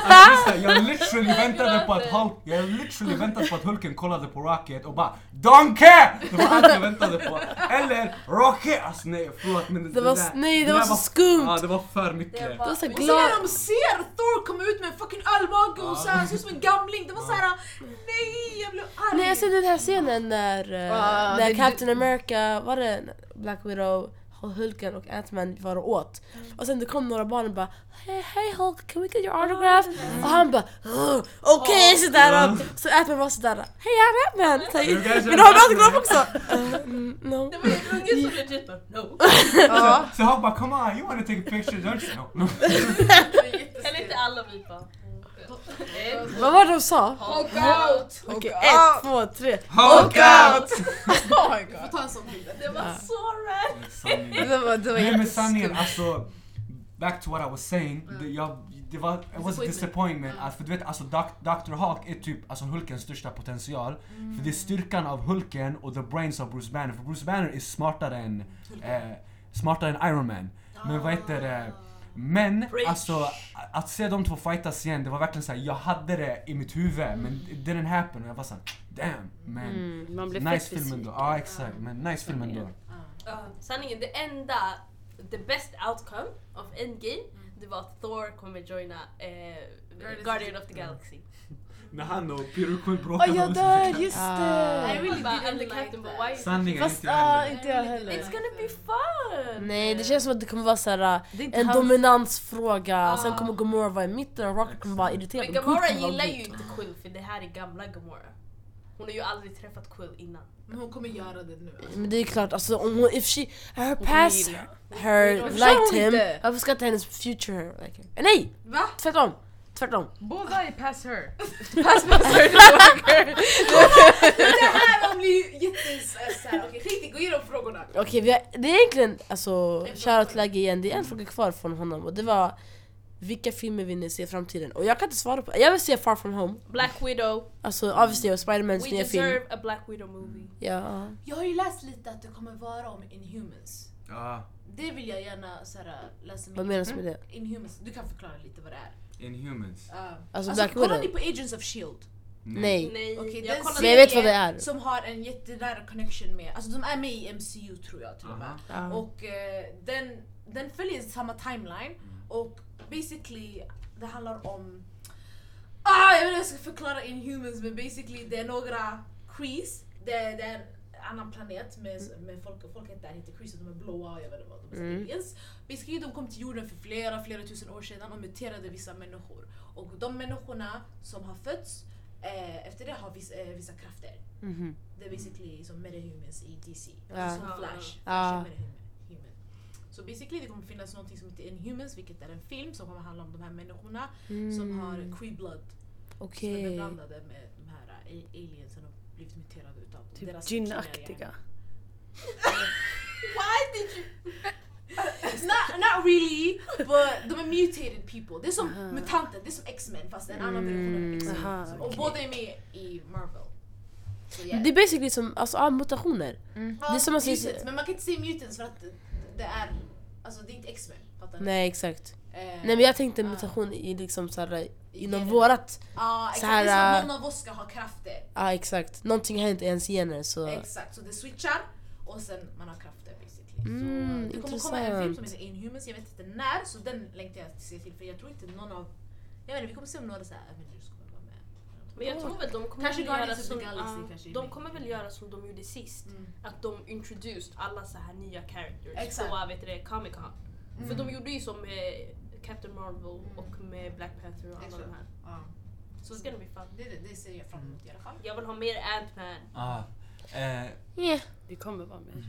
[SPEAKER 5] Alltså, lyssna, jag literally väntade på att Hulk, jag literally väntade på att Hulken kollade på Rocket och bara DONKE! Det var allt jag väntade på. Eller Rocket! Alltså nej förlåt men det,
[SPEAKER 3] var
[SPEAKER 5] där-
[SPEAKER 3] s- nej, det
[SPEAKER 5] där
[SPEAKER 3] var så skumt.
[SPEAKER 5] Ja det var för mycket.
[SPEAKER 3] Det var så här
[SPEAKER 4] Och sen när
[SPEAKER 3] glad...
[SPEAKER 4] de ser Thor komma ut med en fucking ölmage och så här, ser ut som en gamling. Det var så här, nej jag blev arg.
[SPEAKER 3] Nej jag ser den här scenen när, eh,
[SPEAKER 7] Ah,
[SPEAKER 3] när
[SPEAKER 7] det-
[SPEAKER 3] Captain America, var det Black Widow, Hulken och Ant-Man var och åt? Och sen det kom några barn och bara Hej hey Hulk, can we get your autograph? Och han bara "Ugh, okej sådär och så Ant-Man var sådär Hej jag är Ant-Man! Så-
[SPEAKER 5] You guys Ah. are
[SPEAKER 3] Vill du ha en
[SPEAKER 5] Ant-Man."
[SPEAKER 3] autograf också? Eh, mm, no.
[SPEAKER 2] Det var ju en unge som legit bara no.
[SPEAKER 7] Ja.
[SPEAKER 5] Så han bara come on you wanna take a picture don't you? No, no.
[SPEAKER 2] Kan inte alla vi bara... Mm.
[SPEAKER 3] Vad var det de sa?
[SPEAKER 2] Hulk
[SPEAKER 4] out!
[SPEAKER 3] Okej, ett, två, tre
[SPEAKER 5] Hulk out!
[SPEAKER 7] Oh my
[SPEAKER 4] Jag
[SPEAKER 7] god.
[SPEAKER 4] får ta en sån bild.
[SPEAKER 2] Det var så rad!
[SPEAKER 5] Sanningen.
[SPEAKER 7] Det var, det
[SPEAKER 5] Nej
[SPEAKER 7] var
[SPEAKER 5] men
[SPEAKER 7] jätteskumt.
[SPEAKER 5] sanningen alltså, back to what I was saying, det, jag, det var, it was a disappointment. Att, för du vet alltså Doc, Dr. Hawk är typ alltså Hulkens största potential.
[SPEAKER 7] Mm.
[SPEAKER 5] För det är styrkan av Hulken och the brains av Bruce Banner. För Bruce Banner är smartare än, eh, smartare än Iron Man. Men vad heter
[SPEAKER 7] Ah.
[SPEAKER 5] det? Men alltså att se de två fightas igen, det var verkligen såhär, jag hade det i mitt
[SPEAKER 7] Mm.
[SPEAKER 5] huvud men it didn't happen och jag var såhär damn. Men
[SPEAKER 6] Mm, man blir
[SPEAKER 5] nice
[SPEAKER 6] fett
[SPEAKER 5] film ändå,
[SPEAKER 6] besviken.
[SPEAKER 5] ja exakt. Men nice film ändå.
[SPEAKER 2] Sanningen, det enda, the best outcome of Endgame, det var att Thor kommer joina eh,
[SPEAKER 4] Mm. Guardians
[SPEAKER 2] Guardian of the Galaxy.
[SPEAKER 4] Mm.
[SPEAKER 5] När han och Pirukul
[SPEAKER 7] Åh
[SPEAKER 5] bråkade
[SPEAKER 7] jag dör, just
[SPEAKER 3] Ah.
[SPEAKER 7] det!
[SPEAKER 2] really
[SPEAKER 4] didn't
[SPEAKER 2] and the
[SPEAKER 4] like
[SPEAKER 2] captain, but
[SPEAKER 4] that.
[SPEAKER 2] why?
[SPEAKER 5] Sanningen,
[SPEAKER 7] Fast
[SPEAKER 5] inte jag
[SPEAKER 7] ah,
[SPEAKER 5] heller.
[SPEAKER 7] inte jag heller.
[SPEAKER 2] It's gonna be fun!
[SPEAKER 3] Nej det känns som att det kommer vara såhär
[SPEAKER 7] Det är inte
[SPEAKER 3] en
[SPEAKER 7] hans- Ah.
[SPEAKER 3] dominansfråga, sen kommer Gomorra vara i mitten och Rocket kommer vara irriterad
[SPEAKER 2] Men
[SPEAKER 3] och Groot
[SPEAKER 2] Gamora
[SPEAKER 3] kommer vara
[SPEAKER 2] gillar
[SPEAKER 3] god.
[SPEAKER 2] ju inte Quill för det här är gamla Gamora. Hon har ju aldrig träffat Quill innan.
[SPEAKER 4] Men hon kommer göra det nu. alltså.
[SPEAKER 3] Men det är klart, alltså om hon, if she, her
[SPEAKER 2] kommer
[SPEAKER 3] past,
[SPEAKER 2] gilla.
[SPEAKER 3] her
[SPEAKER 7] Varför sa
[SPEAKER 3] liked him,
[SPEAKER 7] hon inte?
[SPEAKER 3] varför ska inte hennes future like him? Eh, Nej!
[SPEAKER 4] Va?
[SPEAKER 3] Tvärtom! Tvärtom!
[SPEAKER 7] Båda är pass her.
[SPEAKER 4] Det här de blir ju jättes... eh, så här, Okej, riktigt gå igenom frågorna.
[SPEAKER 3] Okej, vi har, det är egentligen alltså shoutout-läge igen, det är en fråga kvar från honom och det var vilka filmer vill ni se i framtiden? Och jag kan inte svara på Jag vill se Far From Home,
[SPEAKER 2] Black Widow,
[SPEAKER 3] alltså obviously och Spidermans
[SPEAKER 2] we
[SPEAKER 3] nya film.
[SPEAKER 2] deserve a Black Widow movie.
[SPEAKER 3] Ja.
[SPEAKER 4] Jag har ju läst lite att det kommer vara om Inhumans.
[SPEAKER 3] ah.
[SPEAKER 5] Ja.
[SPEAKER 4] Det vill jag gärna så här, läsa mer.
[SPEAKER 3] Vad menas med det?
[SPEAKER 4] Inhumans, du kan förklara lite vad det är.
[SPEAKER 5] Inhumans.
[SPEAKER 4] Uh,
[SPEAKER 3] Alltså,
[SPEAKER 4] alltså,
[SPEAKER 3] Black
[SPEAKER 4] kollar
[SPEAKER 3] Widow?
[SPEAKER 4] ni på Agents of Shield?
[SPEAKER 7] Mm.
[SPEAKER 3] Nej.
[SPEAKER 2] Nej,
[SPEAKER 4] Okej,
[SPEAKER 2] jag
[SPEAKER 4] den
[SPEAKER 2] kollade
[SPEAKER 3] Men jag vet vad det är.
[SPEAKER 4] Som har en jättenära connection med, alltså de är med i MCU tror jag till och med.
[SPEAKER 3] Ja.
[SPEAKER 4] Och eh, den, den följer samma timeline och basically det handlar om... Ah, jag vet inte hur jag ska förklara Inhumans men basically det är några Krees, det, är- det är en annan planet med, med folk, folket där heter Krees och de är blåa och jag vet inte vad de är
[SPEAKER 3] Mm.
[SPEAKER 4] aliens. Basically de kom till jorden för flera, flera tusen år sedan och muterade vissa människor. Och de människorna som har fötts eh, efter det har viss, eh, vissa krafter.
[SPEAKER 3] Mhm.
[SPEAKER 4] Det är basically som metahumans i DC.
[SPEAKER 3] Ja.
[SPEAKER 4] Alltså som
[SPEAKER 2] Ja.
[SPEAKER 4] Flash.
[SPEAKER 3] Ja.
[SPEAKER 4] Flash är metahuman. Så basically det kommer finnas någonting som heter Inhumans vilket är en film som kommer handla om de här människorna som har Cree blood. Som är
[SPEAKER 3] Mm. Okej.
[SPEAKER 4] blandade med de här eh, ä, a- aliensen och blivit muterade utav dem.
[SPEAKER 6] Typ
[SPEAKER 4] Deras gener igen.
[SPEAKER 6] gin-aktiga.
[SPEAKER 4] Why did you... not, not really, but de är mutated people. Det är som mutanter, det är som X-Men fast en annan version
[SPEAKER 3] Mm.
[SPEAKER 4] av X-Men.
[SPEAKER 6] Aha,
[SPEAKER 4] Och båda är med i Marvel. Så yeah.
[SPEAKER 3] Det är basically som, alltså ah, mutationer. Det är som att se-
[SPEAKER 4] mutants, men man kan inte säga mutants för att det- det är, alltså det är inte X-Men. Fattar ni?
[SPEAKER 3] Nej exakt.
[SPEAKER 4] Eh,
[SPEAKER 3] Nej men jag tänkte
[SPEAKER 4] Ah.
[SPEAKER 3] mutation i liksom såhär, inom
[SPEAKER 4] Gener.
[SPEAKER 3] vårat,
[SPEAKER 4] Ja exakt,
[SPEAKER 3] så här,
[SPEAKER 4] det är som
[SPEAKER 3] äh,
[SPEAKER 4] att någon av oss ska ha krafter.
[SPEAKER 3] ja exakt, någonting har inte ens gener så
[SPEAKER 4] Exakt, så det switchar och sen man har krafter basically.
[SPEAKER 3] Mm,
[SPEAKER 4] så, äh, det kommer komma en film som
[SPEAKER 3] intressant.
[SPEAKER 4] heter Inhumans, jag vet inte när så den längtar jag till se till för jag tror inte någon av, jag vet inte vi kommer se om några så här Avengers kommer vara med.
[SPEAKER 2] Men jag tror väl de kommer
[SPEAKER 4] Kanske
[SPEAKER 2] väl göra
[SPEAKER 4] Guardians of the
[SPEAKER 2] som,
[SPEAKER 4] Galaxy
[SPEAKER 2] ja,
[SPEAKER 4] kanske är
[SPEAKER 2] de
[SPEAKER 4] med.
[SPEAKER 2] kommer väl göra som de gjorde sist.
[SPEAKER 4] Mm.
[SPEAKER 2] Att de introduced alla så här nya characters
[SPEAKER 4] Exakt.
[SPEAKER 2] på vet du, det, Comic Con.
[SPEAKER 3] Mm.
[SPEAKER 2] För de gjorde ju som med Captain Marvel
[SPEAKER 4] Mm.
[SPEAKER 2] och med Black Panther och alla
[SPEAKER 4] Exakt.
[SPEAKER 2] de här.
[SPEAKER 4] Ja.
[SPEAKER 2] Så det ska nog bli fun.
[SPEAKER 4] Det, det, det ser jag fram emot i alla fall.
[SPEAKER 2] Jag vill ha mer Ant-Man.
[SPEAKER 4] Mm.
[SPEAKER 5] Ah. Eh,
[SPEAKER 3] yeah.
[SPEAKER 6] Det kommer vara mer.
[SPEAKER 2] He's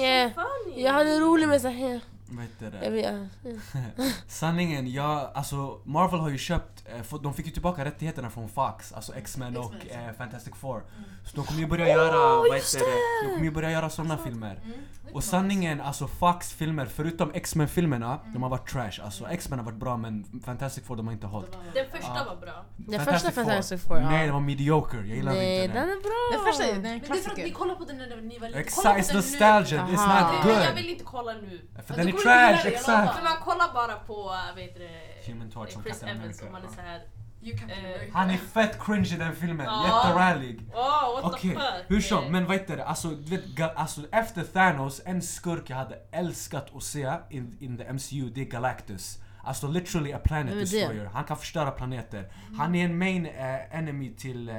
[SPEAKER 3] Yeah.
[SPEAKER 2] so funny!
[SPEAKER 3] Jag hade roligt med såhär,
[SPEAKER 5] vad heter
[SPEAKER 3] jag
[SPEAKER 5] det?
[SPEAKER 3] vet, ja.
[SPEAKER 5] Sanningen, jag, alltså Marvel har ju köpt, eh, fått- de fick ju tillbaka rättigheterna från Fox, alltså X-Men
[SPEAKER 3] Mm.
[SPEAKER 5] och
[SPEAKER 4] X-Men,
[SPEAKER 3] Alltså,
[SPEAKER 5] eh, Fantastic Four. Så de kommer ju börja göra, vad heter det? De kommer ju börja göra såna filmer.
[SPEAKER 4] Mm. Det
[SPEAKER 5] Och sanningen, alltså Fox filmer, förutom X-Men-filmerna,
[SPEAKER 3] Mm.
[SPEAKER 5] de har varit trash. Alltså X-Men har varit bra men Fantastic Four de har inte hållit.
[SPEAKER 2] Den första
[SPEAKER 5] Ja.
[SPEAKER 2] var bra.
[SPEAKER 3] Den första Fantastic Four, ja.
[SPEAKER 5] Nej, den var mediocre. Jag gillar
[SPEAKER 3] Nej,
[SPEAKER 5] inte
[SPEAKER 3] den
[SPEAKER 5] den.
[SPEAKER 3] är bra!
[SPEAKER 7] Den första den är en
[SPEAKER 4] Men det är för att ni
[SPEAKER 7] klassiker.
[SPEAKER 4] kollade på den när ni var lite. Kolla
[SPEAKER 5] Exakt,
[SPEAKER 4] på
[SPEAKER 5] it's
[SPEAKER 4] den nu.
[SPEAKER 5] nostalgia. It's
[SPEAKER 3] Aha.
[SPEAKER 5] not
[SPEAKER 2] Nej, men jag
[SPEAKER 5] good.
[SPEAKER 2] vill inte kolla nu.
[SPEAKER 5] För
[SPEAKER 4] Ja,
[SPEAKER 5] den är
[SPEAKER 4] du kommer gilla
[SPEAKER 5] trash,
[SPEAKER 4] det, jag
[SPEAKER 5] exakt.
[SPEAKER 2] För man kollar bara på, äh, vad heter det,
[SPEAKER 5] Human Torch som
[SPEAKER 2] Chris
[SPEAKER 5] Captain
[SPEAKER 2] Evans
[SPEAKER 5] America.
[SPEAKER 2] och man är
[SPEAKER 5] ja.
[SPEAKER 2] såhär
[SPEAKER 4] You Captain
[SPEAKER 2] Eh,
[SPEAKER 4] America.
[SPEAKER 5] Han är fett cringe i den filmen,
[SPEAKER 2] Ja.
[SPEAKER 5] jätterallig.
[SPEAKER 2] Wow, what
[SPEAKER 5] Okej,
[SPEAKER 2] the fuck. Eh,
[SPEAKER 5] hur som, men vad heter det? Alltså, du vet, Ga- alltså efter Thanos, en skurk jag hade älskat att se in, in the MCU, det är Galactus. Alltså literally a planet
[SPEAKER 3] Vem är det?
[SPEAKER 5] destroyer. Han kan förstöra planeter. Han är en main eh, enemy till eh,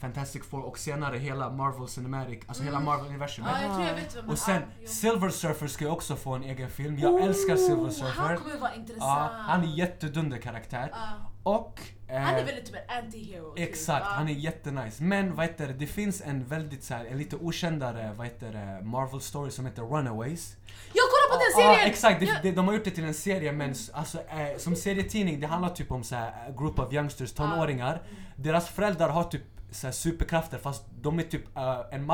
[SPEAKER 5] Fantastic Four och senare hela Marvel Cinematic, alltså hela Marvel-universumet.
[SPEAKER 4] Ja, jag tror jag vet vem han
[SPEAKER 5] Och sen
[SPEAKER 4] är. Jo.
[SPEAKER 5] Silver Surfer ska ju också få en egen film. Jag älskar Silver Surfer.
[SPEAKER 4] Han kommer vara
[SPEAKER 5] Ja,
[SPEAKER 4] intressant.
[SPEAKER 5] han är jättedunder karaktär.
[SPEAKER 4] Ja.
[SPEAKER 5] Och... eh,
[SPEAKER 4] Han är väldigt typ en anti-hero. typ.
[SPEAKER 5] Exakt,
[SPEAKER 4] Ja.
[SPEAKER 5] han är jättenice. Men vad heter det, det finns en väldigt så här, en lite okändare vad heter det, Marvel story som heter Runaways.
[SPEAKER 4] Jag kollar på den
[SPEAKER 5] Ja, ja,
[SPEAKER 4] serien!
[SPEAKER 5] exakt, det, det, de har gjort det till en serie men s- alltså, eh, som serietidning det handlar typ om så här, a group of youngsters, tonåringar. Deras föräldrar har typ så här, superkrafter fast de är typ eh, en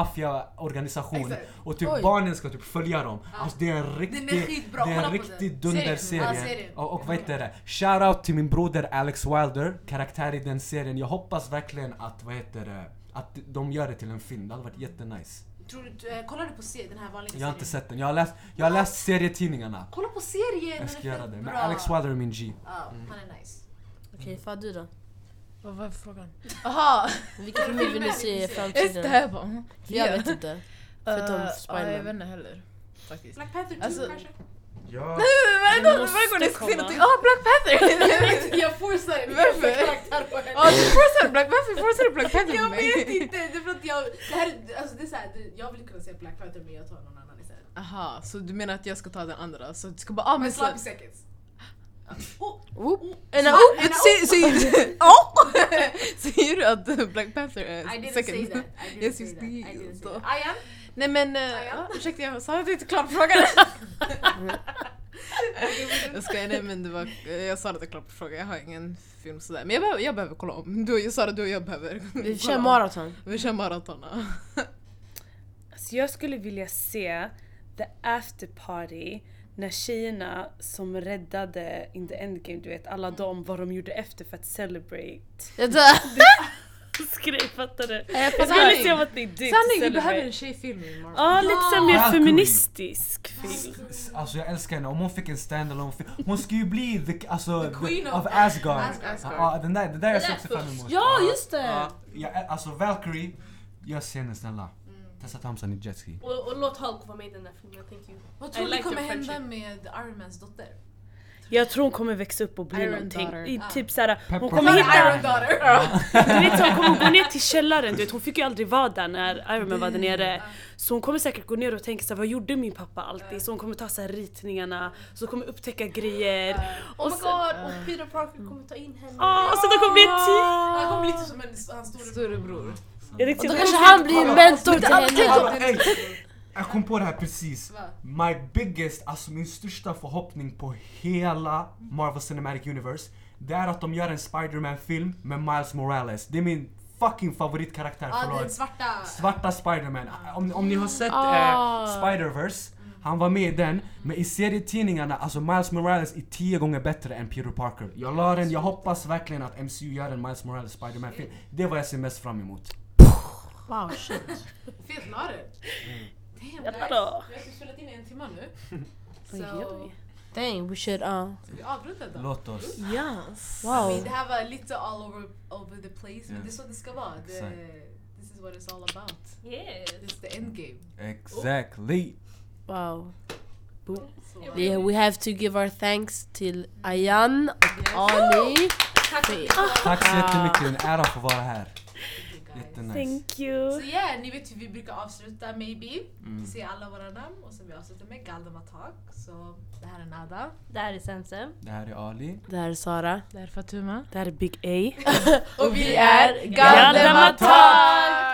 [SPEAKER 5] maffiaorganisation
[SPEAKER 4] Exakt.
[SPEAKER 5] och typ
[SPEAKER 7] Oj.
[SPEAKER 5] barnen ska typ följa dem. Alltså det är en riktig,
[SPEAKER 4] skitbra,
[SPEAKER 5] det är
[SPEAKER 4] kolla
[SPEAKER 5] en
[SPEAKER 4] på
[SPEAKER 5] riktig
[SPEAKER 4] den.
[SPEAKER 5] dunderserie.
[SPEAKER 4] Serien. Ja, serien.
[SPEAKER 5] och, och vad heter det? Shoutout till min broder Alex Wilder, karaktär i den serien. Jag hoppas verkligen att, vad heter det, att de gör det till en film. Det hade varit jättenice.
[SPEAKER 4] Tror du, du, eh, kollar du på se- den här vanliga serien?
[SPEAKER 5] Jag har inte sett den. Jag har läst, jag har läst serietidningarna.
[SPEAKER 4] Kolla på serien!
[SPEAKER 5] Jag ska
[SPEAKER 4] den är
[SPEAKER 5] göra
[SPEAKER 4] fett
[SPEAKER 5] det.
[SPEAKER 4] bra.
[SPEAKER 5] Men Alex Mm. Wilder är min G.
[SPEAKER 4] Ja, han är nice.
[SPEAKER 3] Okej, fan du då?
[SPEAKER 7] Vad var frågan? Aha!
[SPEAKER 3] Vilka filmer vill ni se i
[SPEAKER 7] Just det,
[SPEAKER 3] framtiden?
[SPEAKER 7] jag bara... mm,
[SPEAKER 3] Jag
[SPEAKER 7] yeah.
[SPEAKER 3] vet inte.
[SPEAKER 7] Eh,
[SPEAKER 3] Förutom
[SPEAKER 7] ja, Jag vet
[SPEAKER 3] Spiderman.
[SPEAKER 7] inte heller. Faktiskt.
[SPEAKER 4] Black Panther 2
[SPEAKER 7] Alltså-
[SPEAKER 4] kanske?
[SPEAKER 5] Ja.
[SPEAKER 7] Vänta,
[SPEAKER 3] måste
[SPEAKER 7] varje gång ni ska
[SPEAKER 3] komma.
[SPEAKER 7] se någonting... Ah, Black Panther!
[SPEAKER 4] jag forcear inte
[SPEAKER 7] Varför?
[SPEAKER 4] för karaktär på henne.
[SPEAKER 7] Ja, du forcerar Black Panther, forcerar Black Panther
[SPEAKER 4] Jag
[SPEAKER 7] på
[SPEAKER 4] vet
[SPEAKER 7] mig.
[SPEAKER 4] inte! Det är för att jag... Det här, är- alltså det är så här, det, jag vill kunna se Black Panther men jag tar någon annan istället.
[SPEAKER 7] Aha, så du menar att jag ska ta den andra? Så du ska bara... Ah, men så...
[SPEAKER 4] Sloppy seconds. Ja. Oh,
[SPEAKER 3] Oop. En
[SPEAKER 7] Oh,
[SPEAKER 4] Ena-
[SPEAKER 7] ser, ser, oh! ser du att Black Panther
[SPEAKER 4] I
[SPEAKER 7] är
[SPEAKER 4] didn't
[SPEAKER 7] second?
[SPEAKER 4] say that. I didn't
[SPEAKER 7] Yes,
[SPEAKER 4] say
[SPEAKER 7] you
[SPEAKER 4] that. I didn't say
[SPEAKER 7] do.
[SPEAKER 4] that. I am.
[SPEAKER 7] Nej men, eh,
[SPEAKER 4] ja.
[SPEAKER 7] ja, ursäkta jag sa att jag inte klart frågan. jag skojar, nej men det var, eh, jag sa att jag klart på frågan, jag har ingen film sådär. Men jag behöver, jag behöver kolla om. Du, jag sa det, du och jag behöver
[SPEAKER 3] Vi
[SPEAKER 7] kolla
[SPEAKER 3] kör
[SPEAKER 7] om.
[SPEAKER 3] maraton.
[SPEAKER 7] Vi kör maraton. ja.
[SPEAKER 6] Alltså jag skulle vilja se the after party när tjejerna som räddade in the endgame, du vet alla dem, vad de gjorde efter för att celebrate.
[SPEAKER 3] Jag dör.
[SPEAKER 6] Skrej, fattar du?
[SPEAKER 7] Jag
[SPEAKER 6] Jag skulle vilja se vad ni did
[SPEAKER 7] Sanning, vi behöver en tjejfilm i Marvel.
[SPEAKER 6] Ja, lite såhär mer
[SPEAKER 5] Ja!
[SPEAKER 6] feministisk film.
[SPEAKER 5] Alltså jag älskar henne, om hon fick en standalone film. Hon ska ju bli the, alltså,
[SPEAKER 4] The queen
[SPEAKER 5] the-
[SPEAKER 4] of-
[SPEAKER 5] Asgard.
[SPEAKER 4] Asgard.
[SPEAKER 5] Ja, den där, det där jag
[SPEAKER 2] Det
[SPEAKER 5] ser
[SPEAKER 2] där
[SPEAKER 5] också fram emot.
[SPEAKER 3] Ja, just det!
[SPEAKER 5] Ja, jag äl- alltså Valkyrie, jag ser henne snälla. Tessa Thompson i jetski.
[SPEAKER 2] Och, och låt Hulk vara med i den där filmen, thank you.
[SPEAKER 4] Vad
[SPEAKER 2] I
[SPEAKER 4] tror du
[SPEAKER 2] like
[SPEAKER 4] kommer
[SPEAKER 2] your
[SPEAKER 4] hända
[SPEAKER 2] friendship.
[SPEAKER 4] med Iron Mans dotter?
[SPEAKER 6] Jag tror hon kommer växa upp och bli
[SPEAKER 7] Iron
[SPEAKER 6] någonting.
[SPEAKER 7] Daughter. Ah.
[SPEAKER 6] I,
[SPEAKER 4] Ja.
[SPEAKER 6] typ såhär, hon
[SPEAKER 5] Pepper
[SPEAKER 6] kommer
[SPEAKER 5] Potts.
[SPEAKER 6] hitta...
[SPEAKER 4] Iron daughter! Oh
[SPEAKER 6] Du vet så hon kommer gå ner till källaren, du vet hon fick ju aldrig vara där när Iron Man var där nere. Så hon kommer säkert gå ner och tänka så här, vad gjorde min pappa alltid? Så hon kommer ta så här ritningarna, så hon kommer upptäcka grejer.
[SPEAKER 2] Oh
[SPEAKER 6] Och
[SPEAKER 2] my
[SPEAKER 7] Alltså,
[SPEAKER 6] så-
[SPEAKER 2] god, och
[SPEAKER 7] eh.
[SPEAKER 2] Peter Parker kommer ta in henne.
[SPEAKER 3] Ah.
[SPEAKER 6] Ja, så då kommer bli ett team!
[SPEAKER 4] Han
[SPEAKER 7] Ah.
[SPEAKER 4] kommer bli lite som en, hans storebror.
[SPEAKER 7] Storebror.
[SPEAKER 6] Jag tänkte
[SPEAKER 3] Då
[SPEAKER 6] säga,
[SPEAKER 3] kanske
[SPEAKER 6] hon
[SPEAKER 3] han blir mentor till henne.
[SPEAKER 5] Hallå, Alltså, ey! Jag kom på det här precis.
[SPEAKER 4] Va?
[SPEAKER 5] My biggest, alltså min största förhoppning på hela Marvel Cinematic Universe, det är att de gör en Spider-Man-film med Miles Morales. Det är min fucking favoritkaraktär
[SPEAKER 4] Ja,
[SPEAKER 5] från
[SPEAKER 4] den
[SPEAKER 5] året.
[SPEAKER 4] svarta.
[SPEAKER 5] Svarta Spider-Man. Om, om ni har sett
[SPEAKER 3] Ah.
[SPEAKER 5] eh, Spider-Verse, han var med i den, men i serietidningarna, alltså Miles Morales är tio gånger bättre än Peter Parker. Jag la den, jag hoppas verkligen att MCU gör en Miles Morales Spider-Man-film. Det är vad jag ser mest fram emot.
[SPEAKER 3] Wow, shit.
[SPEAKER 4] Fet la du. Damn
[SPEAKER 6] Ja,
[SPEAKER 4] guys. Vi
[SPEAKER 6] då.
[SPEAKER 4] har typ spelat in i en timme nu.
[SPEAKER 6] Oj,
[SPEAKER 4] Så
[SPEAKER 6] oj.
[SPEAKER 3] Dang, we should... Uh.
[SPEAKER 4] ska vi avrunda då?
[SPEAKER 5] Låt oss.
[SPEAKER 7] Yes.
[SPEAKER 4] I mean,
[SPEAKER 3] Wow.
[SPEAKER 4] det här var lite all over, over the place, men
[SPEAKER 5] Ja.
[SPEAKER 4] det är så det ska vara.
[SPEAKER 5] Exakt.
[SPEAKER 4] Det, this is what it's all about.
[SPEAKER 2] Yes.
[SPEAKER 4] This is the end game.
[SPEAKER 5] Exactly.
[SPEAKER 3] wow.
[SPEAKER 4] Så,
[SPEAKER 3] We, we have to give our thanks till Ayan och Ali.
[SPEAKER 4] tack för det.
[SPEAKER 5] Tack så jättemycket, det är en ära att få vara här.
[SPEAKER 4] guys.
[SPEAKER 5] Jättenice.
[SPEAKER 6] Thank you.
[SPEAKER 4] Så yeah, ni vet hur vi brukar avsluta maybe.
[SPEAKER 5] Mm.
[SPEAKER 4] Vi ser alla våra namn och sen vi avslutar med Galdem Attack. Så det här är Nada.
[SPEAKER 2] Det här är Sense.
[SPEAKER 5] Det här är Ali.
[SPEAKER 3] Det här är Sara.
[SPEAKER 7] Där Fatuma.
[SPEAKER 6] Det här är Big A.
[SPEAKER 4] Och vi
[SPEAKER 3] är
[SPEAKER 6] Galdem Attack!